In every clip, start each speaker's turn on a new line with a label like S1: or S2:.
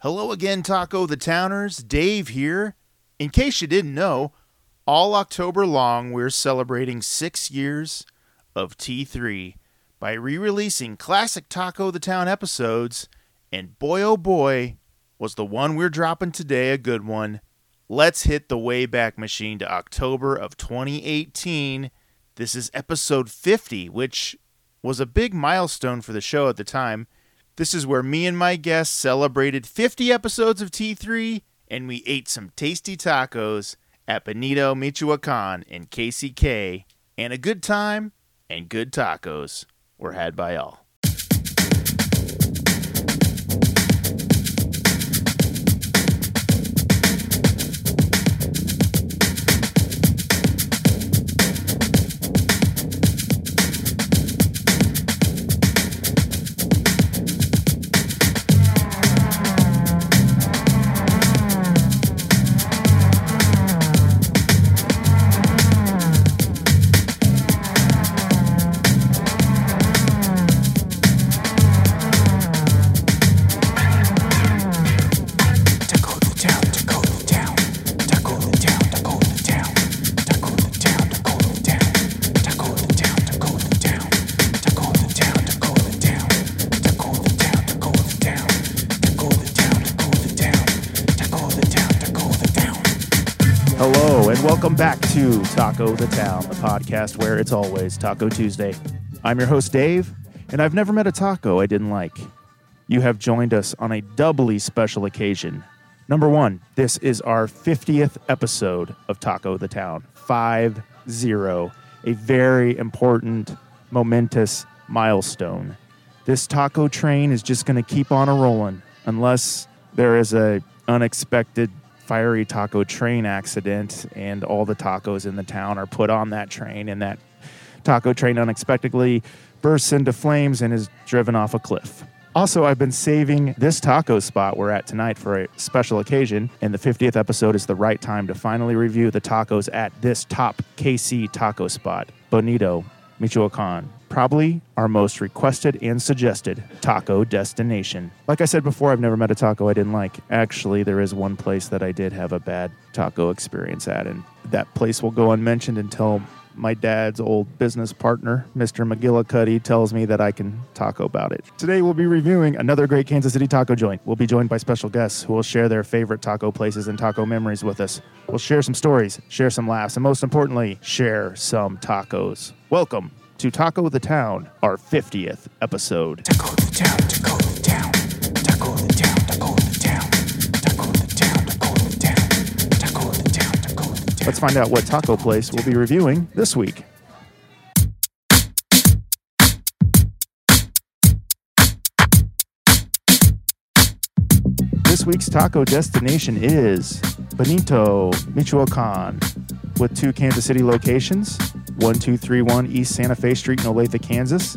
S1: Hello again, Taco the Towners. Dave here. In case you didn't know, all October long, we're celebrating six years of T3 by re releasing classic Taco the Town episodes. And boy, oh boy, was the one we're dropping today a good one. Let's hit the Wayback Machine to October of 2018. This is episode 50, which was a big milestone for the show at the time. This is where me and my guests celebrated 50 episodes of T3 and we ate some tasty tacos at Benito Michoacan and KCK, and a good time and good tacos were had by all.
S2: Dakota Town, Dakota Town, Dakota Town, Dakota Town, Dakota Town, Dakota Town, Dakota Town, Dakota Town, Dakota Town, Dakota Town, Dakota Town, Dakota Town, Dakota Town, Dakota Town, Dakota Town, Dakota Town.
S1: Hello, and welcome back to Taco the Town, the podcast where it's always Taco Tuesday. I'm your host, Dave, and I've never met a taco I didn't like. You have joined us on a doubly special occasion. Number one, this is our 50th episode of Taco the Town, 5 0, a very important, momentous milestone. This taco train is just going to keep on a rolling unless there is a unexpected fiery taco train accident and all the tacos in the town are put on that train and that taco train unexpectedly bursts into flames and is driven off a cliff. Also, I've been saving this taco spot we're at tonight for a special occasion, and the 50th episode is the right time to finally review the tacos at this top KC taco spot, Bonito, Michoacan. Probably our most requested and suggested taco destination. Like I said before, I've never met a taco I didn't like. Actually, there is one place that I did have a bad taco experience at, and that place will go unmentioned until my dad's old business partner, Mr. McGillicuddy, tells me that I can taco about it. Today, we'll be reviewing another great Kansas City taco joint. We'll be joined by special guests who will share their favorite taco places and taco memories with us. We'll share some stories, share some laughs, and most importantly, share some tacos. Welcome to Taco the Town, our 50th episode.
S2: Dakota Town, Dakota Town, Dakota Town, Dakota Town, Dakota Town, Dakota Town, Dakota Town, Dakota Town.
S1: Let's find out what taco place we'll be reviewing this week. This week's taco destination is Benito, Michoacan, with two Kansas City locations 1231 East Santa Fe Street in Olathe, Kansas,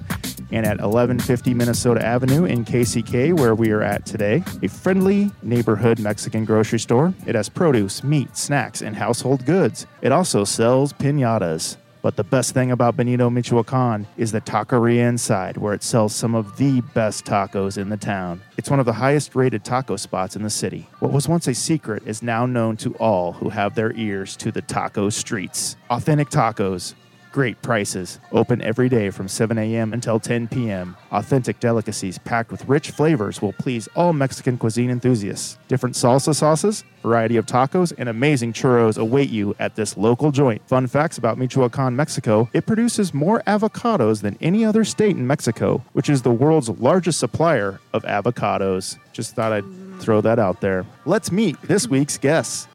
S1: and at 1150 Minnesota Avenue in KCK, where we are at today. A friendly neighborhood Mexican grocery store. It has produce, meat, snacks, and household goods. It also sells pinatas. But the best thing about Benito Michoacan is the taqueria inside, where it sells some of the best tacos in the town. It's one of the highest rated taco spots in the city. What was once a secret is now known to all who have their ears to the taco streets. Authentic tacos, great prices, open every day from 7 a.m. until 10 p.m. Authentic delicacies packed with rich flavors will please all Mexican cuisine enthusiasts. Different salsa sauces, variety of tacos, and amazing churros await you at this local joint. Fun facts about Michoacan, Mexico it produces more avocados than any other state in Mexico, which is the world's largest supplier of avocados. Just thought I'd throw that out there. Let's meet this week's guests.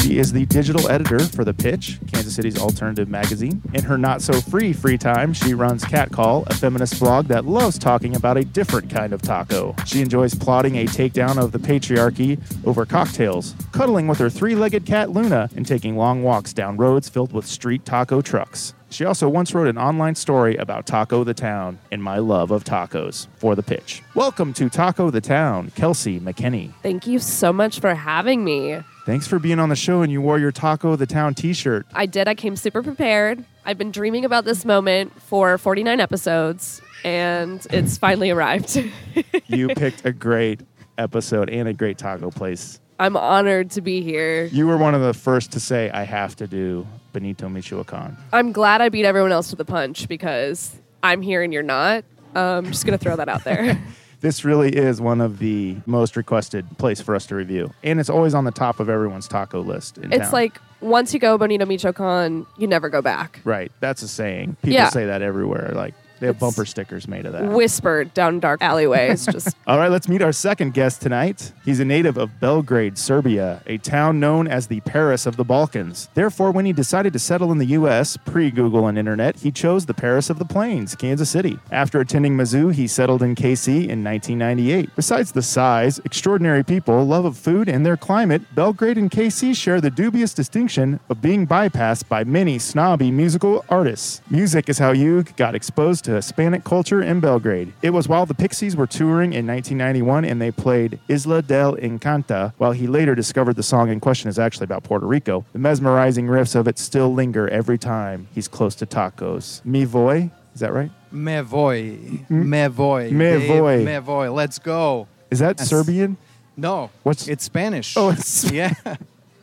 S1: She is the digital editor for The Pitch, Kansas City's alternative magazine. In her not so free free time, she runs Cat Call, a feminist blog that loves talking about a different kind of taco. She enjoys plotting a takedown of the patriarchy over cocktails, cuddling with her three legged cat Luna, and taking long walks down roads filled with street taco trucks. She also once wrote an online story about Taco the Town and my love of tacos for the pitch. Welcome to Taco the Town, Kelsey McKinney.
S3: Thank you so much for having me.
S1: Thanks for being on the show and you wore your Taco the Town t shirt.
S3: I did. I came super prepared. I've been dreaming about this moment for 49 episodes, and it's finally arrived.
S1: You picked a great episode and a great taco place.
S3: I'm honored to be here.
S1: You were one of the first to say, I have to do Benito Michoacan.
S3: I'm glad I beat everyone else to the punch because I'm here and you're not. Um, just gonna throw that out there.
S1: This really is one of the most requested place for us to review. And it's always on the top of everyone's taco list. In
S3: it's
S1: town.
S3: like once you go Bonito Michoacan, you never go back.
S1: Right. That's a saying. People
S3: Yeah.
S1: say that everywhere. Like they have bumper stickers made of that.
S3: Whispered down dark alleyways, just
S1: All right, let's meet our second guest tonight. He's a native of Belgrade, Serbia, a town known as the Paris of the Balkans. Therefore, when he decided to settle in the U.S., pre Google and internet, he chose the Paris of the Plains, Kansas City. After attending Mizzou, he settled in KC in 1998. Besides the size, extraordinary people, love of food, and their climate, Belgrade and KC share the dubious distinction of being bypassed by many snobby musical artists. Music is how you got exposed to Hispanic culture in Belgrade. It was while the Pixies were touring in 1991 and they played Isla del Encanta, while he later discovered the song in question is actually about Puerto Rico. The mesmerizing riffs of it still linger every time he's close to tacos. Mi voy, is that right?
S4: Me voy. Me voy.
S1: Me
S4: Dave,
S1: voy.
S4: Me voy. Let's go.
S1: Is that
S4: Yes.
S1: Serbian?
S4: No.
S1: What's-
S4: It's Spanish.
S1: Oh, it's,
S4: yeah.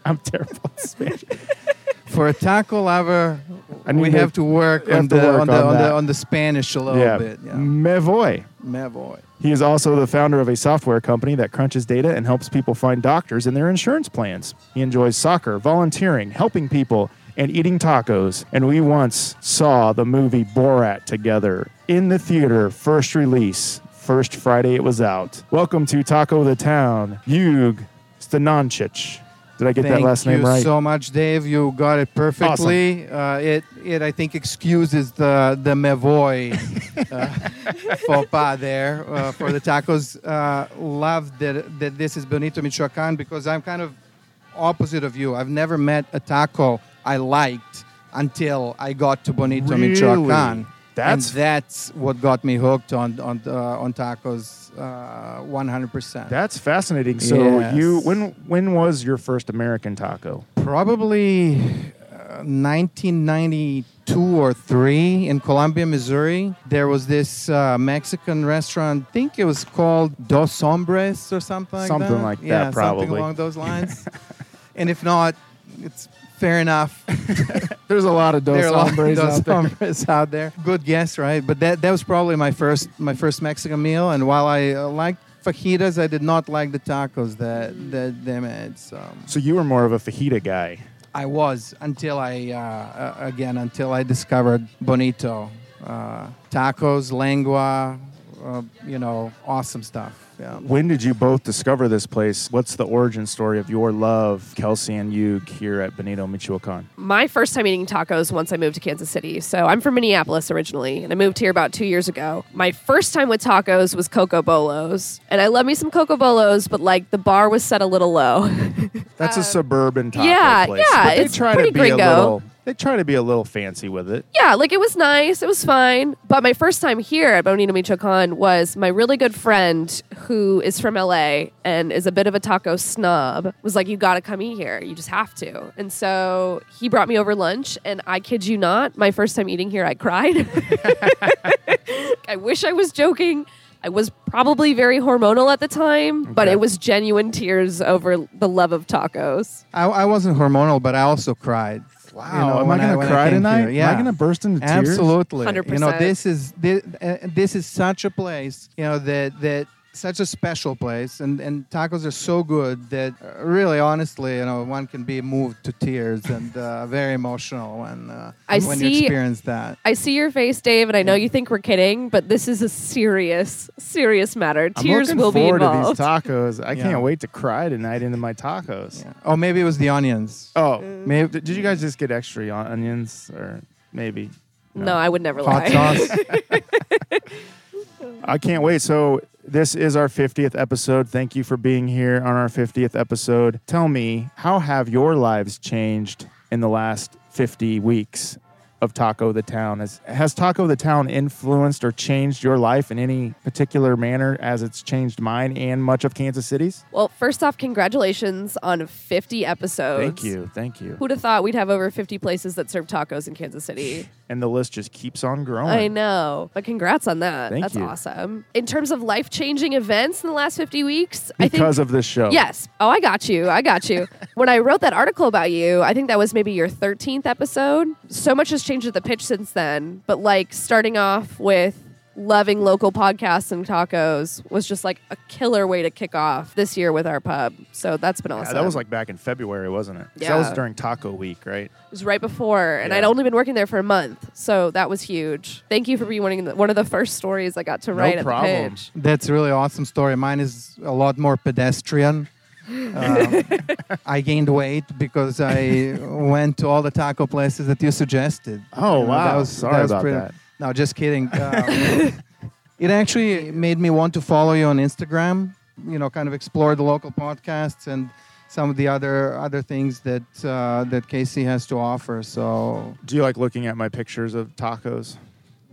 S1: I'm terrible at Spanish.
S4: For a taco lover,
S1: I
S4: we
S1: need to-
S4: have to work
S1: have
S4: on
S1: to
S4: the
S1: work
S4: on the
S1: on
S4: on
S1: that.
S4: the on the Spanish a little
S1: yeah. Mm.
S4: bit. Yeah.
S1: Me voy.
S4: Me voy.
S1: He is also the founder of a software company that crunches data and helps people find doctors and their insurance plans. He enjoys soccer, volunteering, helping people, and eating tacos. And we once saw the movie Borat together in the theater, first release, first Friday it was out. Welcome to Taco the Town, Yug Stanancic. Did I get
S4: Thank
S1: that last name
S4: you
S1: right?
S4: so much, Dave. You got it perfectly. Uh, it it I think excuses the the me voy uh, faux pas there uh, for the tacos. Uh, love that that this is Benito Michoacan because I'm kind of opposite of you. I've never met a taco I liked until I got to Bonito
S1: Really?
S4: Michoacan.
S1: That's-
S4: and that's what got me hooked on on uh, on tacos, uh, 100%.
S1: That's fascinating. So
S4: Yes.
S1: you when when was your first American taco?
S4: probably uh, 1992 or 3 in Columbia, Missouri. There was this uh, Mexican restaurant, I think it was called Dos Hombres or something like
S1: Something
S4: that.
S1: like that,
S4: yeah,
S1: probably.
S4: Something along those lines. and if not, it's fair enough.
S1: There's a lot of dos
S4: there are a lot of
S1: hombres
S4: Dos
S1: out there.
S4: Hombres out there. Good guess, right? But that, that was probably my first my first Mexican meal. And while I uh, liked fajitas, I did not like the tacos that, that they made. So.
S1: So you were more of a fajita guy.
S4: I was until I uh, uh, again until I discovered bonito uh, tacos, lengua, uh, you know, awesome stuff. Yeah.
S1: When did you both discover this place? What's the origin story of your love, Kelsey and Yug, here at Benito Michoacan?
S3: my first time eating tacos once I moved to Kansas City. So I'm from Minneapolis originally, and I moved here about two years ago. My first time with tacos was Coco Bolos, and I love me some Coco Bolos, but like the bar was set a little low.
S1: That's a suburban taco
S3: Uh, yeah,
S1: place.
S3: yeah,
S1: but they
S3: it's
S1: try to
S3: pretty
S1: be a
S3: gringo.
S1: little. They try to be a little fancy with it.
S3: yeah, like it was nice, it was fine. But my first time here at Bonito Michoacan was my really good friend who is from LA and is a bit of a taco snob was like, You gotta come eat here, you just have to. And so he brought me over lunch, and I kid you not, my first time eating here, I cried. I wish I was joking. I was probably very hormonal at the time, but
S1: Okay.
S3: it was genuine tears over the love of tacos.
S4: I, I wasn't hormonal, but I also cried.
S1: Wow, am I gonna cry
S4: came
S1: tonight?
S4: here.
S1: Am I
S4: Yeah.
S1: gonna burst into tears?
S4: Absolutely. You know,
S3: 100%.
S4: this is this, uh, this is such a place. You know that that such a special place, and and tacos are so good that uh, really, honestly, you know, one can be moved to tears and uh, very emotional when uh,
S3: I
S4: when you
S3: see-
S4: experience that.
S3: I see your face, Dave, and I know you think we're kidding, but this is a serious, serious matter.
S1: I'm
S3: Tears
S1: looking
S3: will be
S1: forward
S3: involved.
S1: to these tacos. I
S4: Yeah.
S1: can't wait to cry tonight into my tacos.
S4: Yeah. Oh, maybe it was the onions.
S1: Oh,
S3: Mm.
S4: Maybe
S1: did you guys just get extra on- onions or maybe?
S3: no, I would never
S4: hot
S3: lie.
S4: sauce.
S1: I can't wait. So this is our 50th episode. Thank you for being here on our 50th episode. Tell me, how have your lives changed in the last 50 weeks of Taco the Town. Has, has Taco the Town influenced or changed your life in any particular manner as it's changed mine and much of Kansas City's?
S3: Well, first off, congratulations on 50 episodes.
S1: Thank you. Thank you.
S3: Who'd have thought we'd have over 50 places that serve tacos in Kansas City?
S1: And the list just keeps on growing.
S3: I know. But congrats on that.
S1: Thank
S3: That's
S1: you.
S3: awesome. In terms of life changing events in the last 50 weeks, I think.
S1: Because of this show.
S3: Yes. Oh, I got you. I got you. when I wrote that article about you, I think that was maybe your 13th episode. So much has changed at the pitch since then. But like starting off with loving local podcasts and tacos was just like a killer way to kick off this year with our pub. So that's been
S1: Yeah,
S3: awesome.
S1: that was like back in February, wasn't it? 'Cause That was
S3: Yeah.
S1: during Taco Week, right?
S3: It was right before, and
S1: Yeah.
S3: I'd only been working there for a month, so that was huge. Thank you for being one of the, one of the first stories I got to write at the
S1: problem.
S3: pitch.
S4: That's a really awesome story. Mine is a lot more pedestrian. Um, I gained weight because I went to all the taco places that you suggested.
S1: Oh,
S4: You know,
S1: wow. Sorry about that.
S4: No, just kidding. Um, it actually made me want to follow you on Instagram. You know, kind of explore the local podcasts and some of the other other things that uh, that Casey has to offer. So
S1: Do you like looking at my pictures of tacos?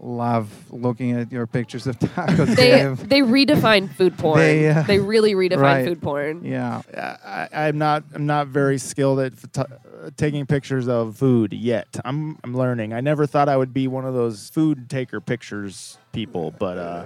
S4: love looking at your pictures of tacos.
S3: They
S4: Dave.
S3: they redefine food porn. They,
S4: They, uh,
S3: really redefine
S4: right.
S3: food porn.
S4: yeah.
S1: I, I- I'm not. I'm not very skilled at photo- uh, taking pictures of food yet. I'm. I'm learning. I never thought I would be one of those food taker pictures people, but uh,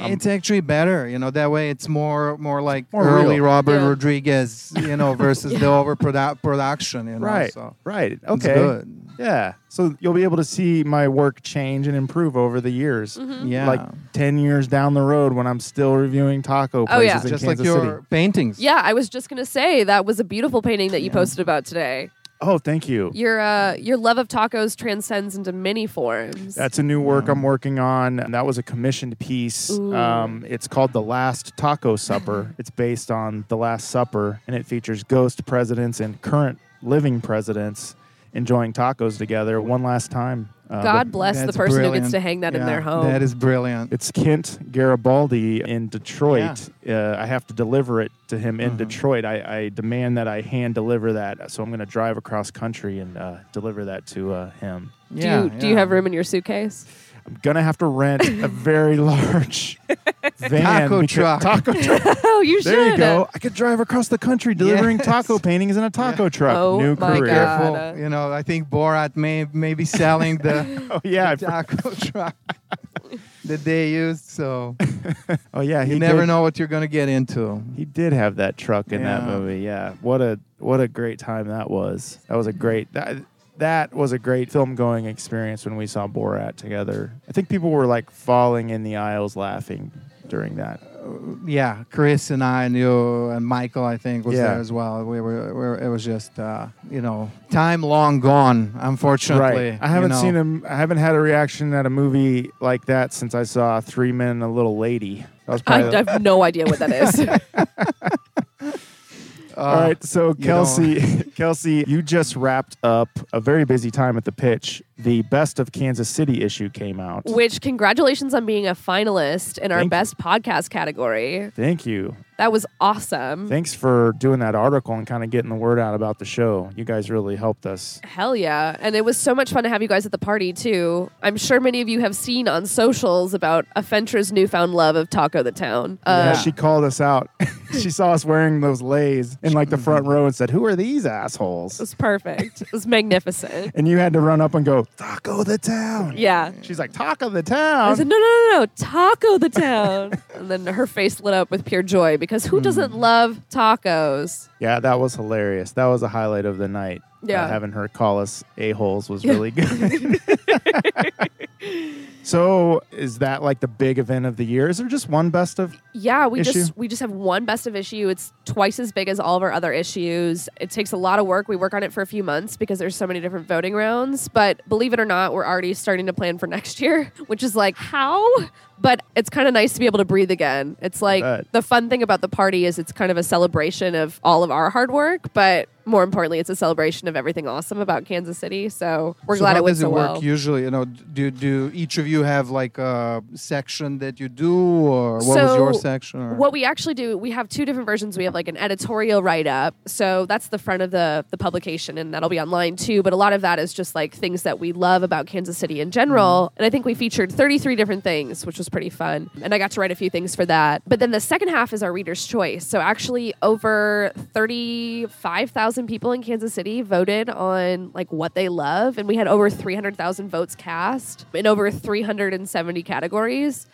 S1: I'm-
S4: it's actually better, you know. That way, it's more more like
S1: More
S4: early
S1: real.
S4: Robert
S3: Yeah.
S4: Rodriguez, you know, versus the overproduction, production, you know.
S1: right,
S4: So
S1: right, okay,
S4: it's good.
S1: yeah. So you'll be able to see my work change and improve over the years.
S3: Mm-hmm.
S4: Yeah,
S1: Like ten years down the road, when I'm still reviewing taco places
S3: Oh, yeah.
S1: in
S4: just like
S1: Kansas
S4: your
S1: City.
S4: paintings.
S3: Yeah, I was just gonna say that was a beautiful painting that you
S4: Yeah.
S3: posted about today.
S1: Oh, thank you.
S3: Your uh, your love of tacos transcends into many forms.
S1: That's a new work I'm working on. And that was a commissioned piece.
S3: Ooh.
S1: Um, it's called The Last Taco Supper. it's based on The Last Supper, and it features ghost presidents and current living presidents enjoying tacos together one last time. Uh,
S3: God
S1: but
S3: bless the
S4: That's
S3: person who gets
S4: brilliant.
S3: to hang that in
S4: Yeah,
S3: their home.
S4: That is brilliant.
S1: It's Kent Garibaldi in Detroit. Uh, I have to deliver it to him in Detroit. I, I demand that I hand deliver that. So I'm going to drive across country and uh, deliver that to uh, him.
S3: do
S4: yeah,
S3: you do you
S4: yeah.
S3: have room in your suitcase?
S1: I'm gonna have to rent a very large van
S4: Taco
S1: because-
S4: truck.
S1: Taco truck.
S3: Oh, you should.
S1: There you go. I could drive across the country delivering
S4: Yes.
S1: taco paintings in a taco truck.
S3: Oh
S1: New
S3: my
S1: career.
S3: God.
S4: Careful,
S3: uh,
S4: you know. I think Borat may may be selling the
S1: Oh yeah. I for-
S4: taco truck that they used. So
S1: oh yeah. He
S4: you never
S1: did,
S4: know what you're gonna get into.
S1: He did have that truck in that
S4: Yeah.
S1: movie. Yeah. What a what a great time that was. That was a great that that was a great film going experience when we saw Borat together. I think people were like falling in the aisles laughing during that.
S4: yeah, Chris and I and you and Michael, I think, was
S1: Yeah.
S4: there as well. We were, we were it was just, uh, you know, time long gone, unfortunately.
S1: Right. I haven't
S4: you know.
S1: seen him. I haven't had a reaction at a movie like that since I saw Three Men and a Little Lady. That was
S3: I
S1: probably. the-
S3: have no idea what that is.
S4: Uh,
S1: all right, so
S4: you
S1: Kelsey, Kelsey, you just wrapped up a very busy time at the pitch. The Best of Kansas City issue came out.
S3: Which congratulations on being a finalist in our
S1: Thank you.
S3: best podcast category.
S1: Thank you.
S3: That was awesome.
S1: Thanks for doing that article and kind of getting the word out about the show. You guys really helped us.
S3: Hell yeah. And it was so much fun to have you guys at the party too. I'm sure many of you have seen on socials about Afentra's newfound love of Taco the Town.
S1: yeah,
S3: Uh,
S1: she called us out. she saw us wearing those lays in like the front
S3: Mm-hmm.
S1: row and said, "Who are these assholes?"
S3: It was perfect. it was magnificent.
S1: and you had to run up and go taco the town
S3: Yeah.
S1: she's like taco the
S3: I
S1: town
S3: said, no, no, no, no, Taco the Town. and then her face lit up with pure joy because who doesn't love tacos?
S1: yeah that was hilarious that was a highlight of the night
S3: Yeah.
S1: Uh, having her call us a-holes was
S3: Yeah.
S1: really good so is that like the big event of the year is there just one best of
S3: Yeah, we
S1: issue?
S3: just we just have one best of issue. It's twice as big as all of our other issues. It takes a lot of work. We work on it for a few months because there's so many different voting rounds. But believe it or not, we're already starting to plan for next year, which is like how but it's kind of nice to be able to breathe again. It's like
S1: bet.
S3: the fun thing about the party is it's kind of a celebration of all of our hard work, but more importantly, it's a celebration of everything awesome about Kansas City. So we're
S4: So
S3: glad
S4: how
S3: it went
S4: does
S3: so
S4: it work
S3: well.
S4: usually? You know, do do each of you have like a section that you do, or what was
S3: So,
S4: your section? Or?
S3: What we actually do, we have two different versions. We have like an editorial write up. So that's the front of the, the publication, and that'll be online too. But a lot of that is just like things that we love about Kansas City in
S4: Mm-hmm.
S3: general. And I think we featured 33 different things, which was pretty fun. And I got to write a few things for that. But then the second half is our reader's choice. So actually, over 35,000 people in Kansas City voted on like what they love. And we had over 300,000 votes cast in over 370 categories.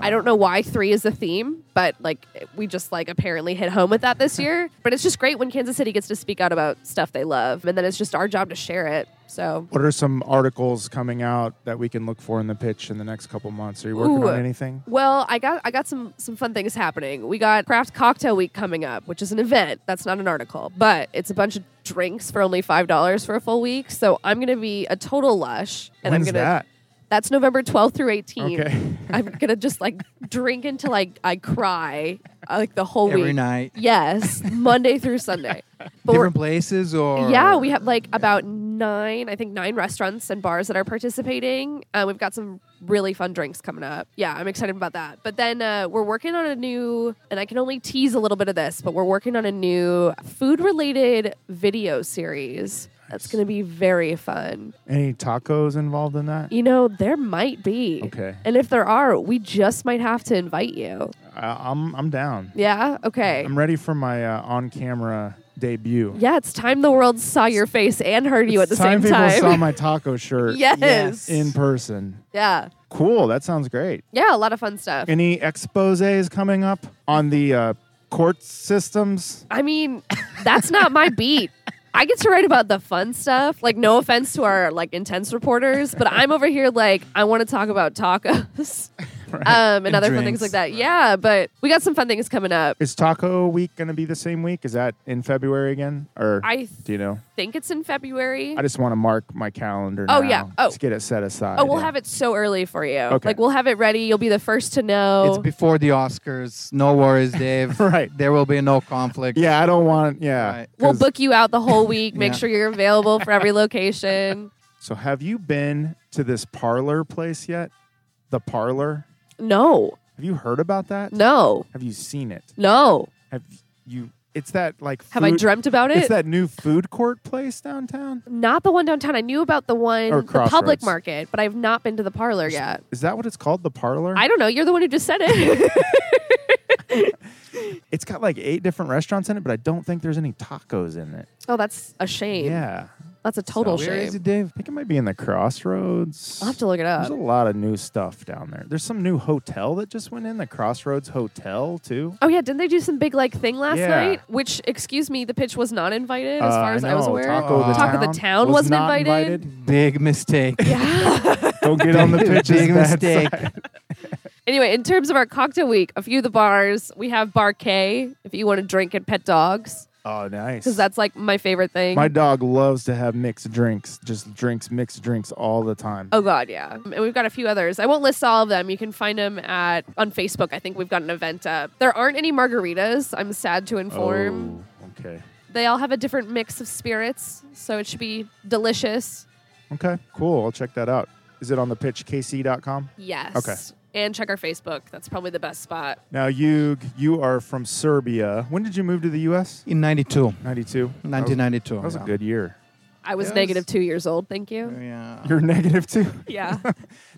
S3: I don't know why three is the theme, but like we just like apparently hit home with that this year. But it's just great when Kansas City gets to speak out about stuff they love, and then it's just our job to share it. So
S1: What are some articles coming out that we can look for in the pitch in the next couple months? Are you working
S3: Ooh.
S1: on anything?
S3: Well, I got I got some some fun things happening. We got Craft Cocktail Week coming up, which is an event. That's not an article, but it's a bunch of drinks for only five dollars for a full week. So I'm gonna be a total lush, and
S1: When's
S3: I'm gonna.
S1: that?
S3: That's November 12th through 18th.
S1: Okay.
S3: I'm gonna just like drink until like I cry, uh, like the whole
S4: Every
S3: week.
S4: night.
S3: Yes, Monday through Sunday. But we're-
S4: Different places, or
S3: yeah, we have like about nine, I think nine restaurants and bars that are participating. Uh, we've got some really fun drinks coming up. Yeah, I'm excited about that. But then uh, we're working on a new, and I can only tease a little bit of this, but we're working on a new food related video series. That's going to be very fun.
S1: Any tacos involved in that?
S3: You know, there might be.
S1: Okay.
S3: And if there are, we just might have to invite you.
S1: I, I'm I'm down.
S3: Yeah? Okay.
S1: I'm ready for my uh, on camera debut.
S3: yeah, it's time the world saw your face and heard you at the
S1: time
S3: same
S1: people
S3: time.
S1: saw my taco shirt
S3: yes.
S1: in person.
S3: yeah.
S1: Cool. That sounds great.
S3: Yeah, a lot of fun stuff.
S1: Any exposés coming up on the uh, court systems?
S3: I mean, that's not my beat. I get to write about the fun stuff. Like, no offense to our like intense reporters, but I'm over here like I want to talk about tacos um, and, other fun things
S4: drinks.
S3: like that. Yeah, but we got some fun things coming up.
S1: Is Taco Week going to be the same week? Is that in February again? Or
S3: I th-
S1: do you know?
S3: think it's in February.
S1: I just want to mark my calendar.
S3: Oh,
S1: now.
S3: yeah. Oh.
S1: Just get it set aside.
S3: Oh, we'll
S1: yeah.
S3: have it so early for you.
S1: Okay.
S3: Like we'll have it ready. You'll be the first to
S4: it's
S3: know.
S4: before the Oscars. No worries, Dave.
S1: Right.
S4: there will be no conflict.
S1: Yeah, I don't want. Yeah.
S4: Right.
S3: we'll
S1: 'Cause-
S3: book you out the whole week. Make
S4: Yeah.
S3: sure you're available for every location.
S1: So, have you been to this parlor place yet? The parlor?
S3: No,
S1: Have you heard about that?
S3: no,
S1: Have you seen it?
S3: no.
S1: Have you? It's that like.
S3: Have I
S1: food-
S3: dreamt about it?
S1: It's that new food court place downtown.
S3: Not the one downtown. I knew about the one,
S1: Or
S3: the public
S1: Crossroads.
S3: market, but I've not been to the parlor yet.
S1: Is that what it's called? The parlor?
S3: I don't know. You're the one who just said it.
S1: it's got like eight different restaurants in it, but I don't think there's any tacos in it.
S3: oh, that's a shame.
S1: Yeah.
S3: That's a total
S4: Where
S3: shame.
S4: is it, Dave?
S1: I think it might be in the crossroads.
S3: I'll have to look it
S1: There's
S3: up.
S1: a lot of new stuff down there. There's some new hotel that just went in, the Crossroads Hotel, too.
S3: Oh yeah, didn't they do some big like thing last
S1: Yeah.
S3: night? Which, excuse me, the pitch was not invited as
S1: Uh,
S3: far as I, was
S1: know,
S3: aware.
S1: Taco, the,
S3: Taco
S1: town
S3: the Town
S1: was
S3: wasn't
S1: not
S3: invited?
S4: Big mistake.
S1: Don't get on the pitch.
S4: Big mistake.
S3: Anyway, in terms of our cocktail week, a few of the bars we have Bar K if you want to drink and pet dogs
S1: Oh, nice.
S3: because that's like my favorite thing.
S1: My dog loves to have mixed drinks, just drinks, mixed drinks all the time.
S3: Oh God, yeah. And we've got a few others. I won't list all of them. You can find them at on Facebook. I think we've got an event up. There aren't any margaritas. I'm sad to inform.
S1: Oh, okay.
S3: They all have a different mix of spirits, so it should be delicious.
S1: Okay, cool. I'll check that out. Is it on the pitchkc.com?
S3: Yes.
S1: Okay.
S3: And check our Facebook. That's probably the best spot.
S1: Now, Yug, you are from Serbia. When did you move to the U.S.?
S4: In 92,
S1: 92. That was-
S4: 1992.
S1: That was
S4: yeah.
S1: a good year.
S3: I was
S4: Yes.
S3: negative two years old. Thank you.
S4: Yeah.
S1: You're negative two.
S3: Yeah.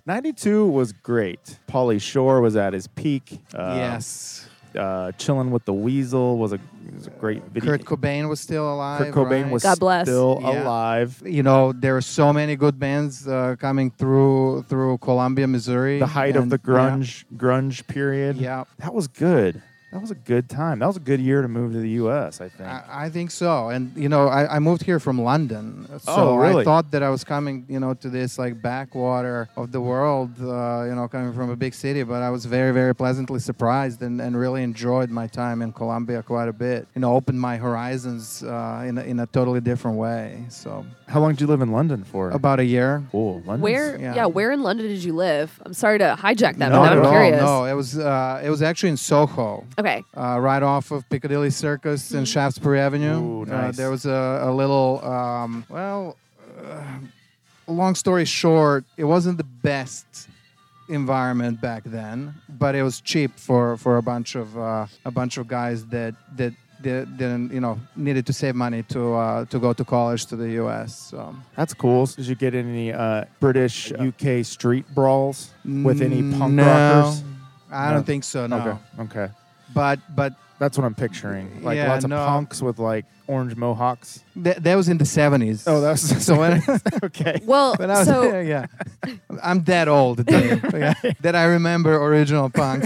S1: 92 was great. Pauly Shore was at his peak. Uh,
S4: yes.
S1: Uh, Chilling with the Weasel was a, was a great video.
S4: Kurt Cobain was still alive.
S1: Kurt Cobain
S4: right?
S1: was
S3: God bless.
S1: still
S4: Yeah.
S1: alive.
S4: you know there are so many good bands uh, coming through through Columbia, Missouri.
S1: The height of
S4: and-
S1: the
S4: yeah.
S1: grunge grunge period.
S4: Yeah.
S1: That was good. That was a good time. That was a good year to move to the U.S. I think.
S4: I, I think so, and you know, I, I moved here from London, so
S1: Oh, really?
S4: I thought that I was coming, you know, to this like backwater of the world, uh, you know, coming from a big city. But I was very, very pleasantly surprised, and, and really enjoyed my time in Colombia quite a bit. You know, opened my horizons uh, in a, in a totally different way. So
S1: How long did you live in London for?
S4: about a year.
S1: oh, London.
S3: Where? Yeah.
S4: yeah.
S3: where in London did you live? I'm sorry to hijack
S1: No,
S3: that, but now
S1: no,
S3: I'm
S1: no,
S3: curious.
S4: no, it was uh, it was actually in Soho.
S3: Okay.
S4: uh, right off of Piccadilly Circus and Shaftesbury Avenue.
S1: Ooh,
S4: uh,
S1: nice.
S4: there was a, a little, um, well, uh, long story short, it wasn't the best environment back then, but it was cheap for, for a bunch of uh, a bunch of guys that that. that Didn't you know needed to save money to uh, to go to college to the U.S. So.
S1: That's cool. Did you get any uh, British UK street brawls with any punk
S4: Mm, no,
S1: rockers?
S4: I
S1: No.
S4: don't think so. No,
S1: Okay. Okay.
S4: but but
S1: That's what I'm picturing. Like
S4: Yeah,
S1: lots of
S4: no.
S1: punks with like orange mohawks.
S4: th- that was in the seventies.
S1: Oh, that was
S4: so when,
S1: okay.
S3: Well,
S4: When I was
S3: so
S4: there, yeah. I'm that old Dave, yeah, that I remember original punk.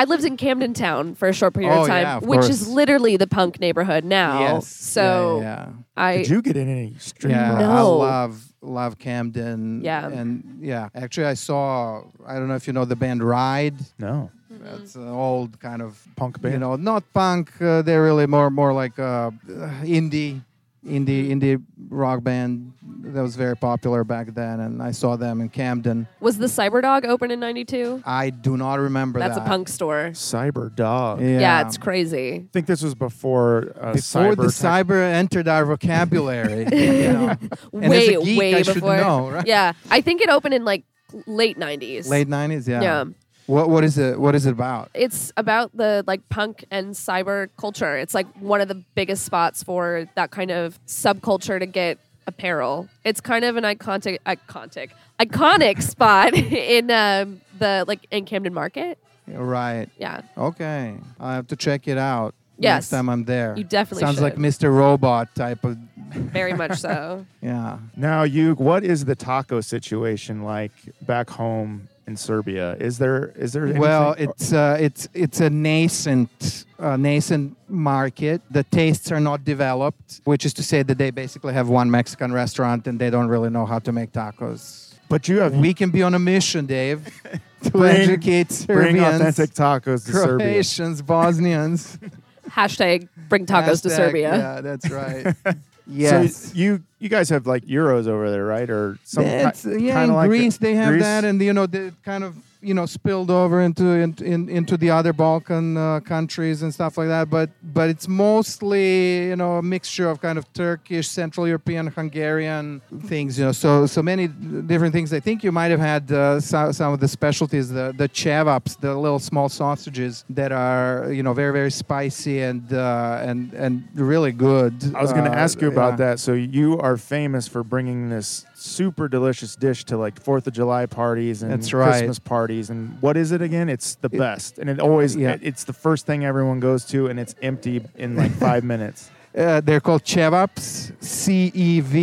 S3: I lived in Camden Town for a short period
S4: Oh,
S3: of time,
S4: yeah, of
S3: which is
S4: course.
S3: literally the punk neighborhood now.
S4: yes.
S3: So
S4: yeah,
S3: I
S1: Did you get in any
S4: yeah,
S1: street
S4: yeah.
S1: brawls?
S4: I
S3: No.
S4: love love Camden.
S3: Yeah.
S4: and yeah. Actually, I saw. I don't know if you know the band Ride.
S1: No.
S3: Mm-hmm.
S4: That's an old kind of
S1: Punk
S4: You
S1: band?
S4: know, not punk. Uh, they're really more more like uh, indie,
S3: Mm-hmm.
S4: indie, indie rock band that was very popular back then. And I saw them in Camden.
S3: was the Cyberdog open in '92.
S4: I do not remember
S3: That's
S4: that.
S3: a punk store.
S1: Cyber dog.
S4: Yeah,
S3: Yeah. it's crazy.
S1: I think this was before uh,
S4: before
S1: cyber
S4: the cyber entered our vocabulary. you know. And as
S3: way,
S4: a geek,
S3: way
S4: I should
S3: before.
S4: know, right?
S3: Yeah, I think it opened in like late '90s.
S4: Late nineties, yeah.
S3: Yeah.
S4: What what is it? What is it about?
S3: It's about the like punk and cyber culture. It's like one of the biggest spots for that kind of subculture to get apparel. It's kind of an iconic, iconic, iconic spot in um, the like in Camden Market.
S4: Right.
S3: Yeah.
S4: Okay. I have to check it out.
S3: Yes.
S4: Next time I'm there.
S3: You definitely
S4: sounds like
S3: should.
S4: Mr. Robot type of.
S3: Very much so.
S4: Yeah.
S1: Now, you, what is the taco situation like back home in Serbia? Is there is there anything?
S4: Well, it's uh, it's it's a nascent uh, nascent market. The tastes are not developed, which is to say that they basically have one Mexican restaurant and they don't really know how to make tacos.
S1: but you have
S4: We can be on a mission, Dave, to
S1: Bring-
S4: educate
S1: bring
S4: Serbians,
S1: authentic tacos to Serbia.
S4: Croatians, Bosnians.
S3: Hashtag bring tacos to
S4: Hashtag-
S3: Serbia.
S4: Yeah, that's right. yes.
S1: So you you guys have like euros over there, right? Or some
S4: That's-
S1: ki-
S4: yeah,
S1: kinda
S4: in
S1: like
S4: Greece they have
S1: Greece?
S4: that, and you know they kind of you know spilled over into in, in, into the other Balkan uh, countries and stuff like that. But but it's mostly you know a mixture of kind of Turkish, Central European, Hungarian things. You know, so so many different things. I think you might have had uh, some, some of the specialties, the the cevaps, the little small sausages that are you know very very spicy and uh, and and really good.
S1: I was going to
S4: Uh,
S1: ask you about
S4: yeah.
S1: that. So you are famous for bringing this super delicious dish to like Fourth of July parties and
S4: That's right.
S1: Christmas parties. And what is it again? It's the best, and it always
S4: Yeah.
S1: it- it's the first thing everyone goes to, and it's empty in like five minutes.
S4: Uh, they're called cevaps, C E V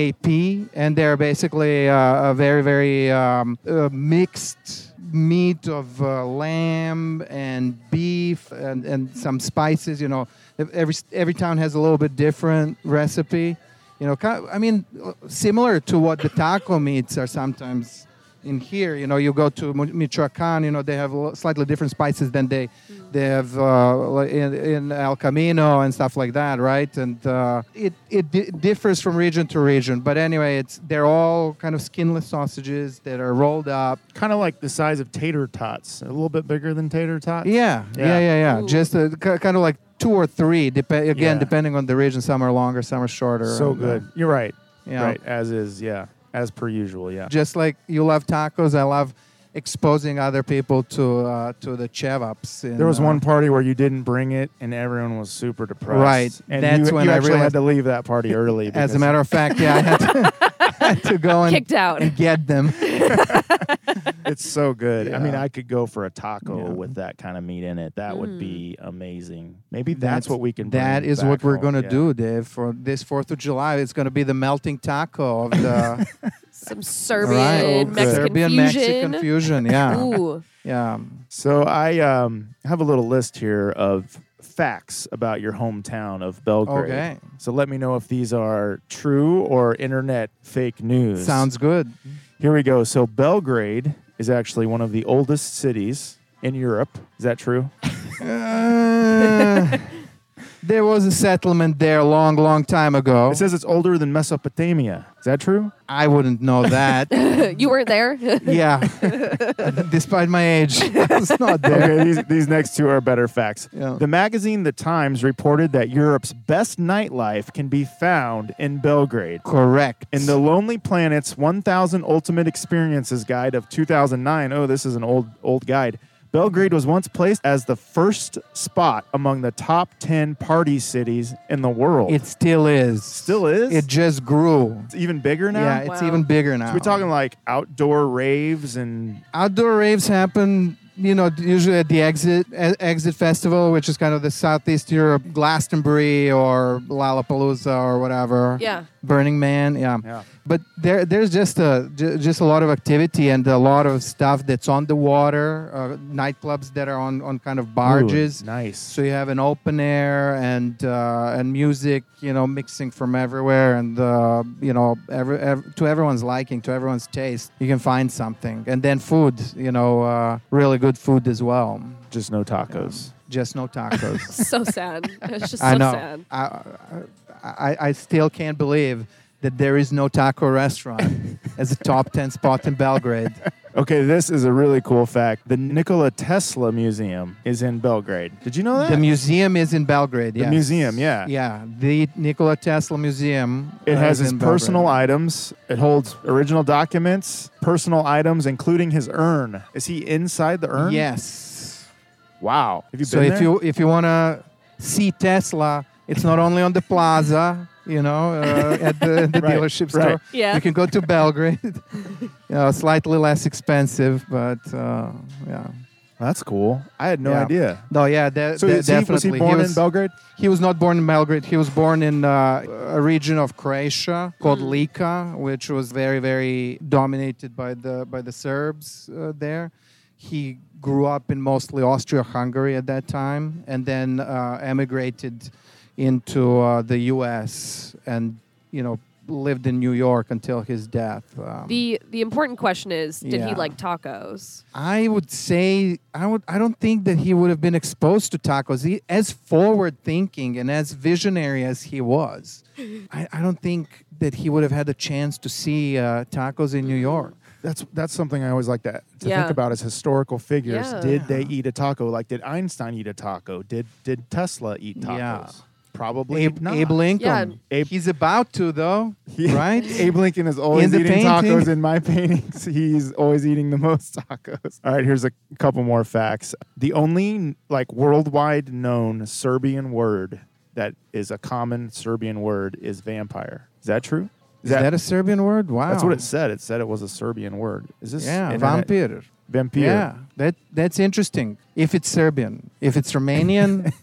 S4: A P, and they're basically uh, a very, very um, uh, mixed meat of uh, lamb and beef and, and some spices. You know, Ev- every every town has a little bit different recipe. You know, ki- I mean, similar to what the taco meats are sometimes in here you know you go to Mi- michoacan you know they have lo- slightly different spices than they they have uh, like in, in el camino and stuff like that right and uh, it it di- differs from region to region but anyway it's they're all kind of skinless sausages that are rolled up
S1: kind of like the size of tater tots, a little bit bigger than tater tots.
S4: yeah yeah
S1: Yeah.
S4: yeah yeah,
S3: Ooh.
S4: just uh, ki- kind of like two or three depe- again
S1: Yeah.
S4: depending on the region some are longer some are shorter
S1: so
S4: and, uh,
S1: good. You're right.
S4: Yeah.
S1: Right, as is, yeah, as per usual, yeah.
S4: just like you love tacos i love exposing other people to uh, to the chevups
S1: There was
S4: uh,
S1: one party where you didn't bring it, and everyone was super depressed.
S4: Right.
S1: and
S4: That's
S1: you,
S4: when
S1: you
S4: I
S1: actually had
S4: realized-
S1: to leave that party early.
S4: As a
S1: because-
S4: matter of fact, yeah, I had to, had to go and,
S3: Kicked out.
S4: and get them.
S1: It's so good. I mean,
S4: Yeah.
S1: I could go for a taco
S4: Yeah. Mm.
S1: with that kind of meat in it. That would be amazing. Maybe that's, what we can. Bring
S4: That is what
S1: back
S4: we're
S1: home.
S4: gonna
S1: Yeah.
S4: do, Dave. For this Fourth of July, it's gonna be the melting taco of the
S3: Some Serbian
S4: right.
S3: Mexican
S4: Serbian
S3: fusion.
S4: Mexican fusion. Yeah.
S3: Ooh,
S4: Yeah.
S1: So I um, have a little list here of facts about your hometown of Belgrade.
S4: Okay.
S1: So let me know if these are true or internet fake news.
S4: Sounds good.
S1: Here we go. So Belgrade is actually one of the oldest cities in Europe. Is that true?
S4: Uh, there was a settlement there a long, long time ago.
S1: It says it's older than Mesopotamia. Is that true?
S4: I wouldn't know that.
S3: you weren't there.
S4: yeah. Despite my age, it's not there.
S1: Okay, these, these next two are better facts.
S4: Yeah.
S1: The magazine The Times reported that Europe's best nightlife can be found in Belgrade.
S4: Correct.
S1: In the Lonely Planet's 1000 Ultimate Experiences Guide of 2009, oh, this is an old old guide. Belgrade was once placed as the first spot among the top 10 party cities in the world.
S4: it still is.
S1: still is.
S4: It just grew.
S1: it's even bigger now.
S4: Yeah, it's
S3: Wow.
S4: even bigger now.
S1: so we're talking like outdoor raves and
S4: outdoor raves happen you know usually at the exit e- exit festival which is kind of the southeast europe glastonbury or lollapalooza or whatever
S3: Yeah.
S4: burning man yeah,
S1: Yeah.
S4: but there there's just a ju- just a lot of activity and a lot of stuff that's on the water uh, nightclubs that are on on kind of barges
S1: Ooh, nice.
S4: so you have an open air and uh, and music, you know, mixing from everywhere, and uh, you know, every, ev to everyone's liking, to everyone's taste, you can find something. And then food, you know, uh, really good food as well.
S1: Just no tacos.
S4: Just no tacos.
S3: so sad. It's just so
S4: I know.
S3: sad.
S4: I, I I I still can't believe that there is no taco restaurant as a top ten spot in Belgrade.
S1: Okay, this is a really cool fact. The Nikola Tesla Museum is in Belgrade. Did you know that?
S4: The museum is in Belgrade.
S1: The
S4: yes.
S1: museum, yeah.
S4: Yeah, the Nikola Tesla Museum.
S1: It
S4: uh,
S1: has
S4: is
S1: his
S4: in
S1: personal
S4: Belgrade.
S1: items. It holds original documents, personal items, including his urn. Is he inside the urn?
S4: Yes.
S1: Wow. Have you
S4: So
S1: been
S4: if
S1: there?
S4: you if you wanna see Tesla, it's not only on the plaza, you know, uh, at the, the
S1: Right,
S4: dealership store.
S1: right.
S3: Yeah.
S4: You can go to Belgrade. you know, slightly less expensive, but uh, yeah.
S1: That's cool. I had no
S4: Yeah.
S1: idea.
S4: No, yeah, de-
S1: So
S4: de-
S1: is he,
S4: definitely.
S1: was he born in Belgrade?
S4: He was not born in Belgrade. He was born in uh, a region of Croatia called Lika, which was very, very dominated by the by the Serbs uh, there. He grew up in mostly Austria-Hungary at that time, and then uh, emigrated into uh, the U.S. and you know lived in New York until his death. Um,
S3: The the important question is, did he
S4: Yeah.
S3: like tacos?
S4: I would say I would I don't think that he would have been exposed to tacos. He, as forward thinking and as visionary as he was, I, I don't think that he would have had a chance to see uh, tacos in New York.
S1: That's that's something I always like to, to
S3: Yeah.
S1: think about is historical figures.
S3: Yeah.
S1: Did they eat a taco? Like did Einstein eat a taco? Did did Tesla eat tacos?
S4: Yeah.
S1: Probably
S4: Abe,
S1: not.
S4: Abe Lincoln.
S1: Yeah. Abe-
S4: He's about to though,
S1: Yeah.
S4: right?
S1: Abe Lincoln is always
S4: the
S1: eating
S4: painting.
S1: tacos in my paintings. He's always eating the most tacos. All right, here's a couple more facts. The only like worldwide known Serbian word that is a common Serbian word is vampire. Is that true?
S4: Is that a Serbian word? Wow.
S1: that's what it said. It said it was a Serbian word. Is this
S4: Yeah,
S1: internet-
S4: vampir.
S1: Vampire.
S4: Yeah, that that's interesting. If it's Serbian, if it's Romanian,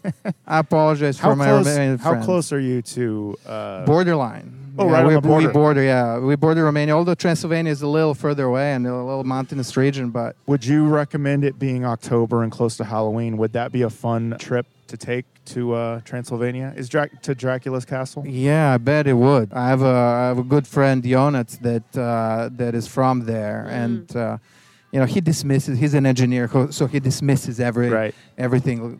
S4: I apologize
S1: How
S4: for my
S1: close?
S4: Romanian
S1: How
S4: friends.
S1: close are you to? Uh,
S4: borderline.
S1: Oh,
S4: Yeah,
S1: right on
S4: we,
S1: the border.
S4: We border, yeah. We border Romania, although Transylvania is a little further away and a little mountainous region, but
S1: would you recommend it being October and close to Halloween? Would that be a fun trip to take to uh, Transylvania? Is Drac- to Dracula's castle?
S4: yeah, I bet it would. I have a, I have a good friend, Jonas, that, uh, that is from there.
S1: Mm.
S4: And, uh, you know, he dismisses, he's an engineer, who- so he dismisses every,
S1: Right.
S4: everything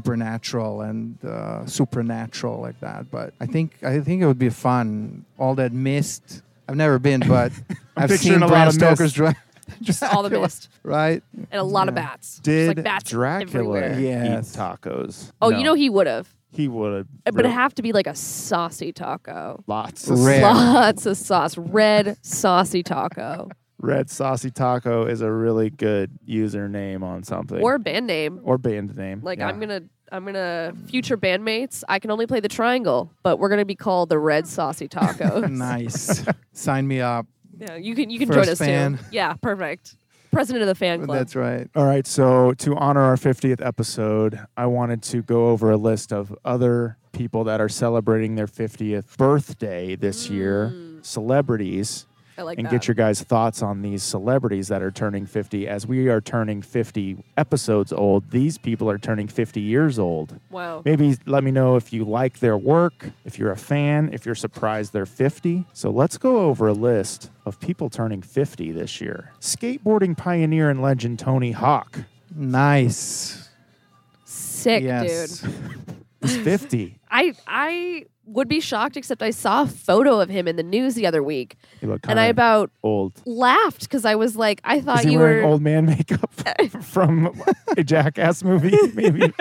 S4: supernatural and uh, supernatural like that. But I think, I think it would be fun. All that mist. I've never been, but I've
S1: picturing
S4: seen
S1: a
S4: Bram
S1: lot of mist.
S4: Stoker's Dra-
S3: Just all the best.
S4: right?
S3: And a lot of bats. Just,
S1: Did
S3: like bats
S1: Dracula
S3: everywhere.
S4: Yes.
S1: eat tacos?
S3: Oh,
S1: No.
S3: you know he would have.
S1: he would have.
S3: But it'd have to be like a saucy taco.
S1: lots of
S4: Rare.
S3: Lots of sauce. Red saucy taco.
S1: Red Saucy Taco is a really good username on something
S3: Or a band name.
S1: or band name.
S3: Like
S1: Yeah.
S3: I'm gonna I'm gonna future bandmates, I can only play the triangle, but we're gonna be called the red saucy tacos.
S4: Nice. Sign me up.
S3: Yeah, you can you can
S4: First
S3: join us
S4: fan.
S3: too. Yeah, perfect. President of the fan club.
S4: That's right.
S1: All right, so to honor our 50th episode, I wanted to go over a list of other people that are celebrating their 50th birthday this year, celebrities.
S3: I Mm. like
S1: and
S3: that.
S1: get your guys' thoughts on these celebrities that are turning 50. As we are turning 50 episodes old, these people are turning 50 years old.
S3: wow.
S1: Maybe let me know if you like their work, if you're a fan, if you're surprised they're 50. So let's go over a list of people turning 50 this year. Skateboarding pioneer and legend Tony Hawk
S4: Nice.
S3: Sick,
S4: yes.
S3: dude.
S1: is 50.
S3: I I would be shocked, except I saw a photo of him in the news the other week,
S1: He looked
S3: and I
S1: kinda
S3: about
S1: old.
S3: laughed because I was like, I
S1: Is
S3: thought
S1: he
S3: you
S1: wearing
S3: were.
S1: old man makeup from a Jackass movie? Maybe.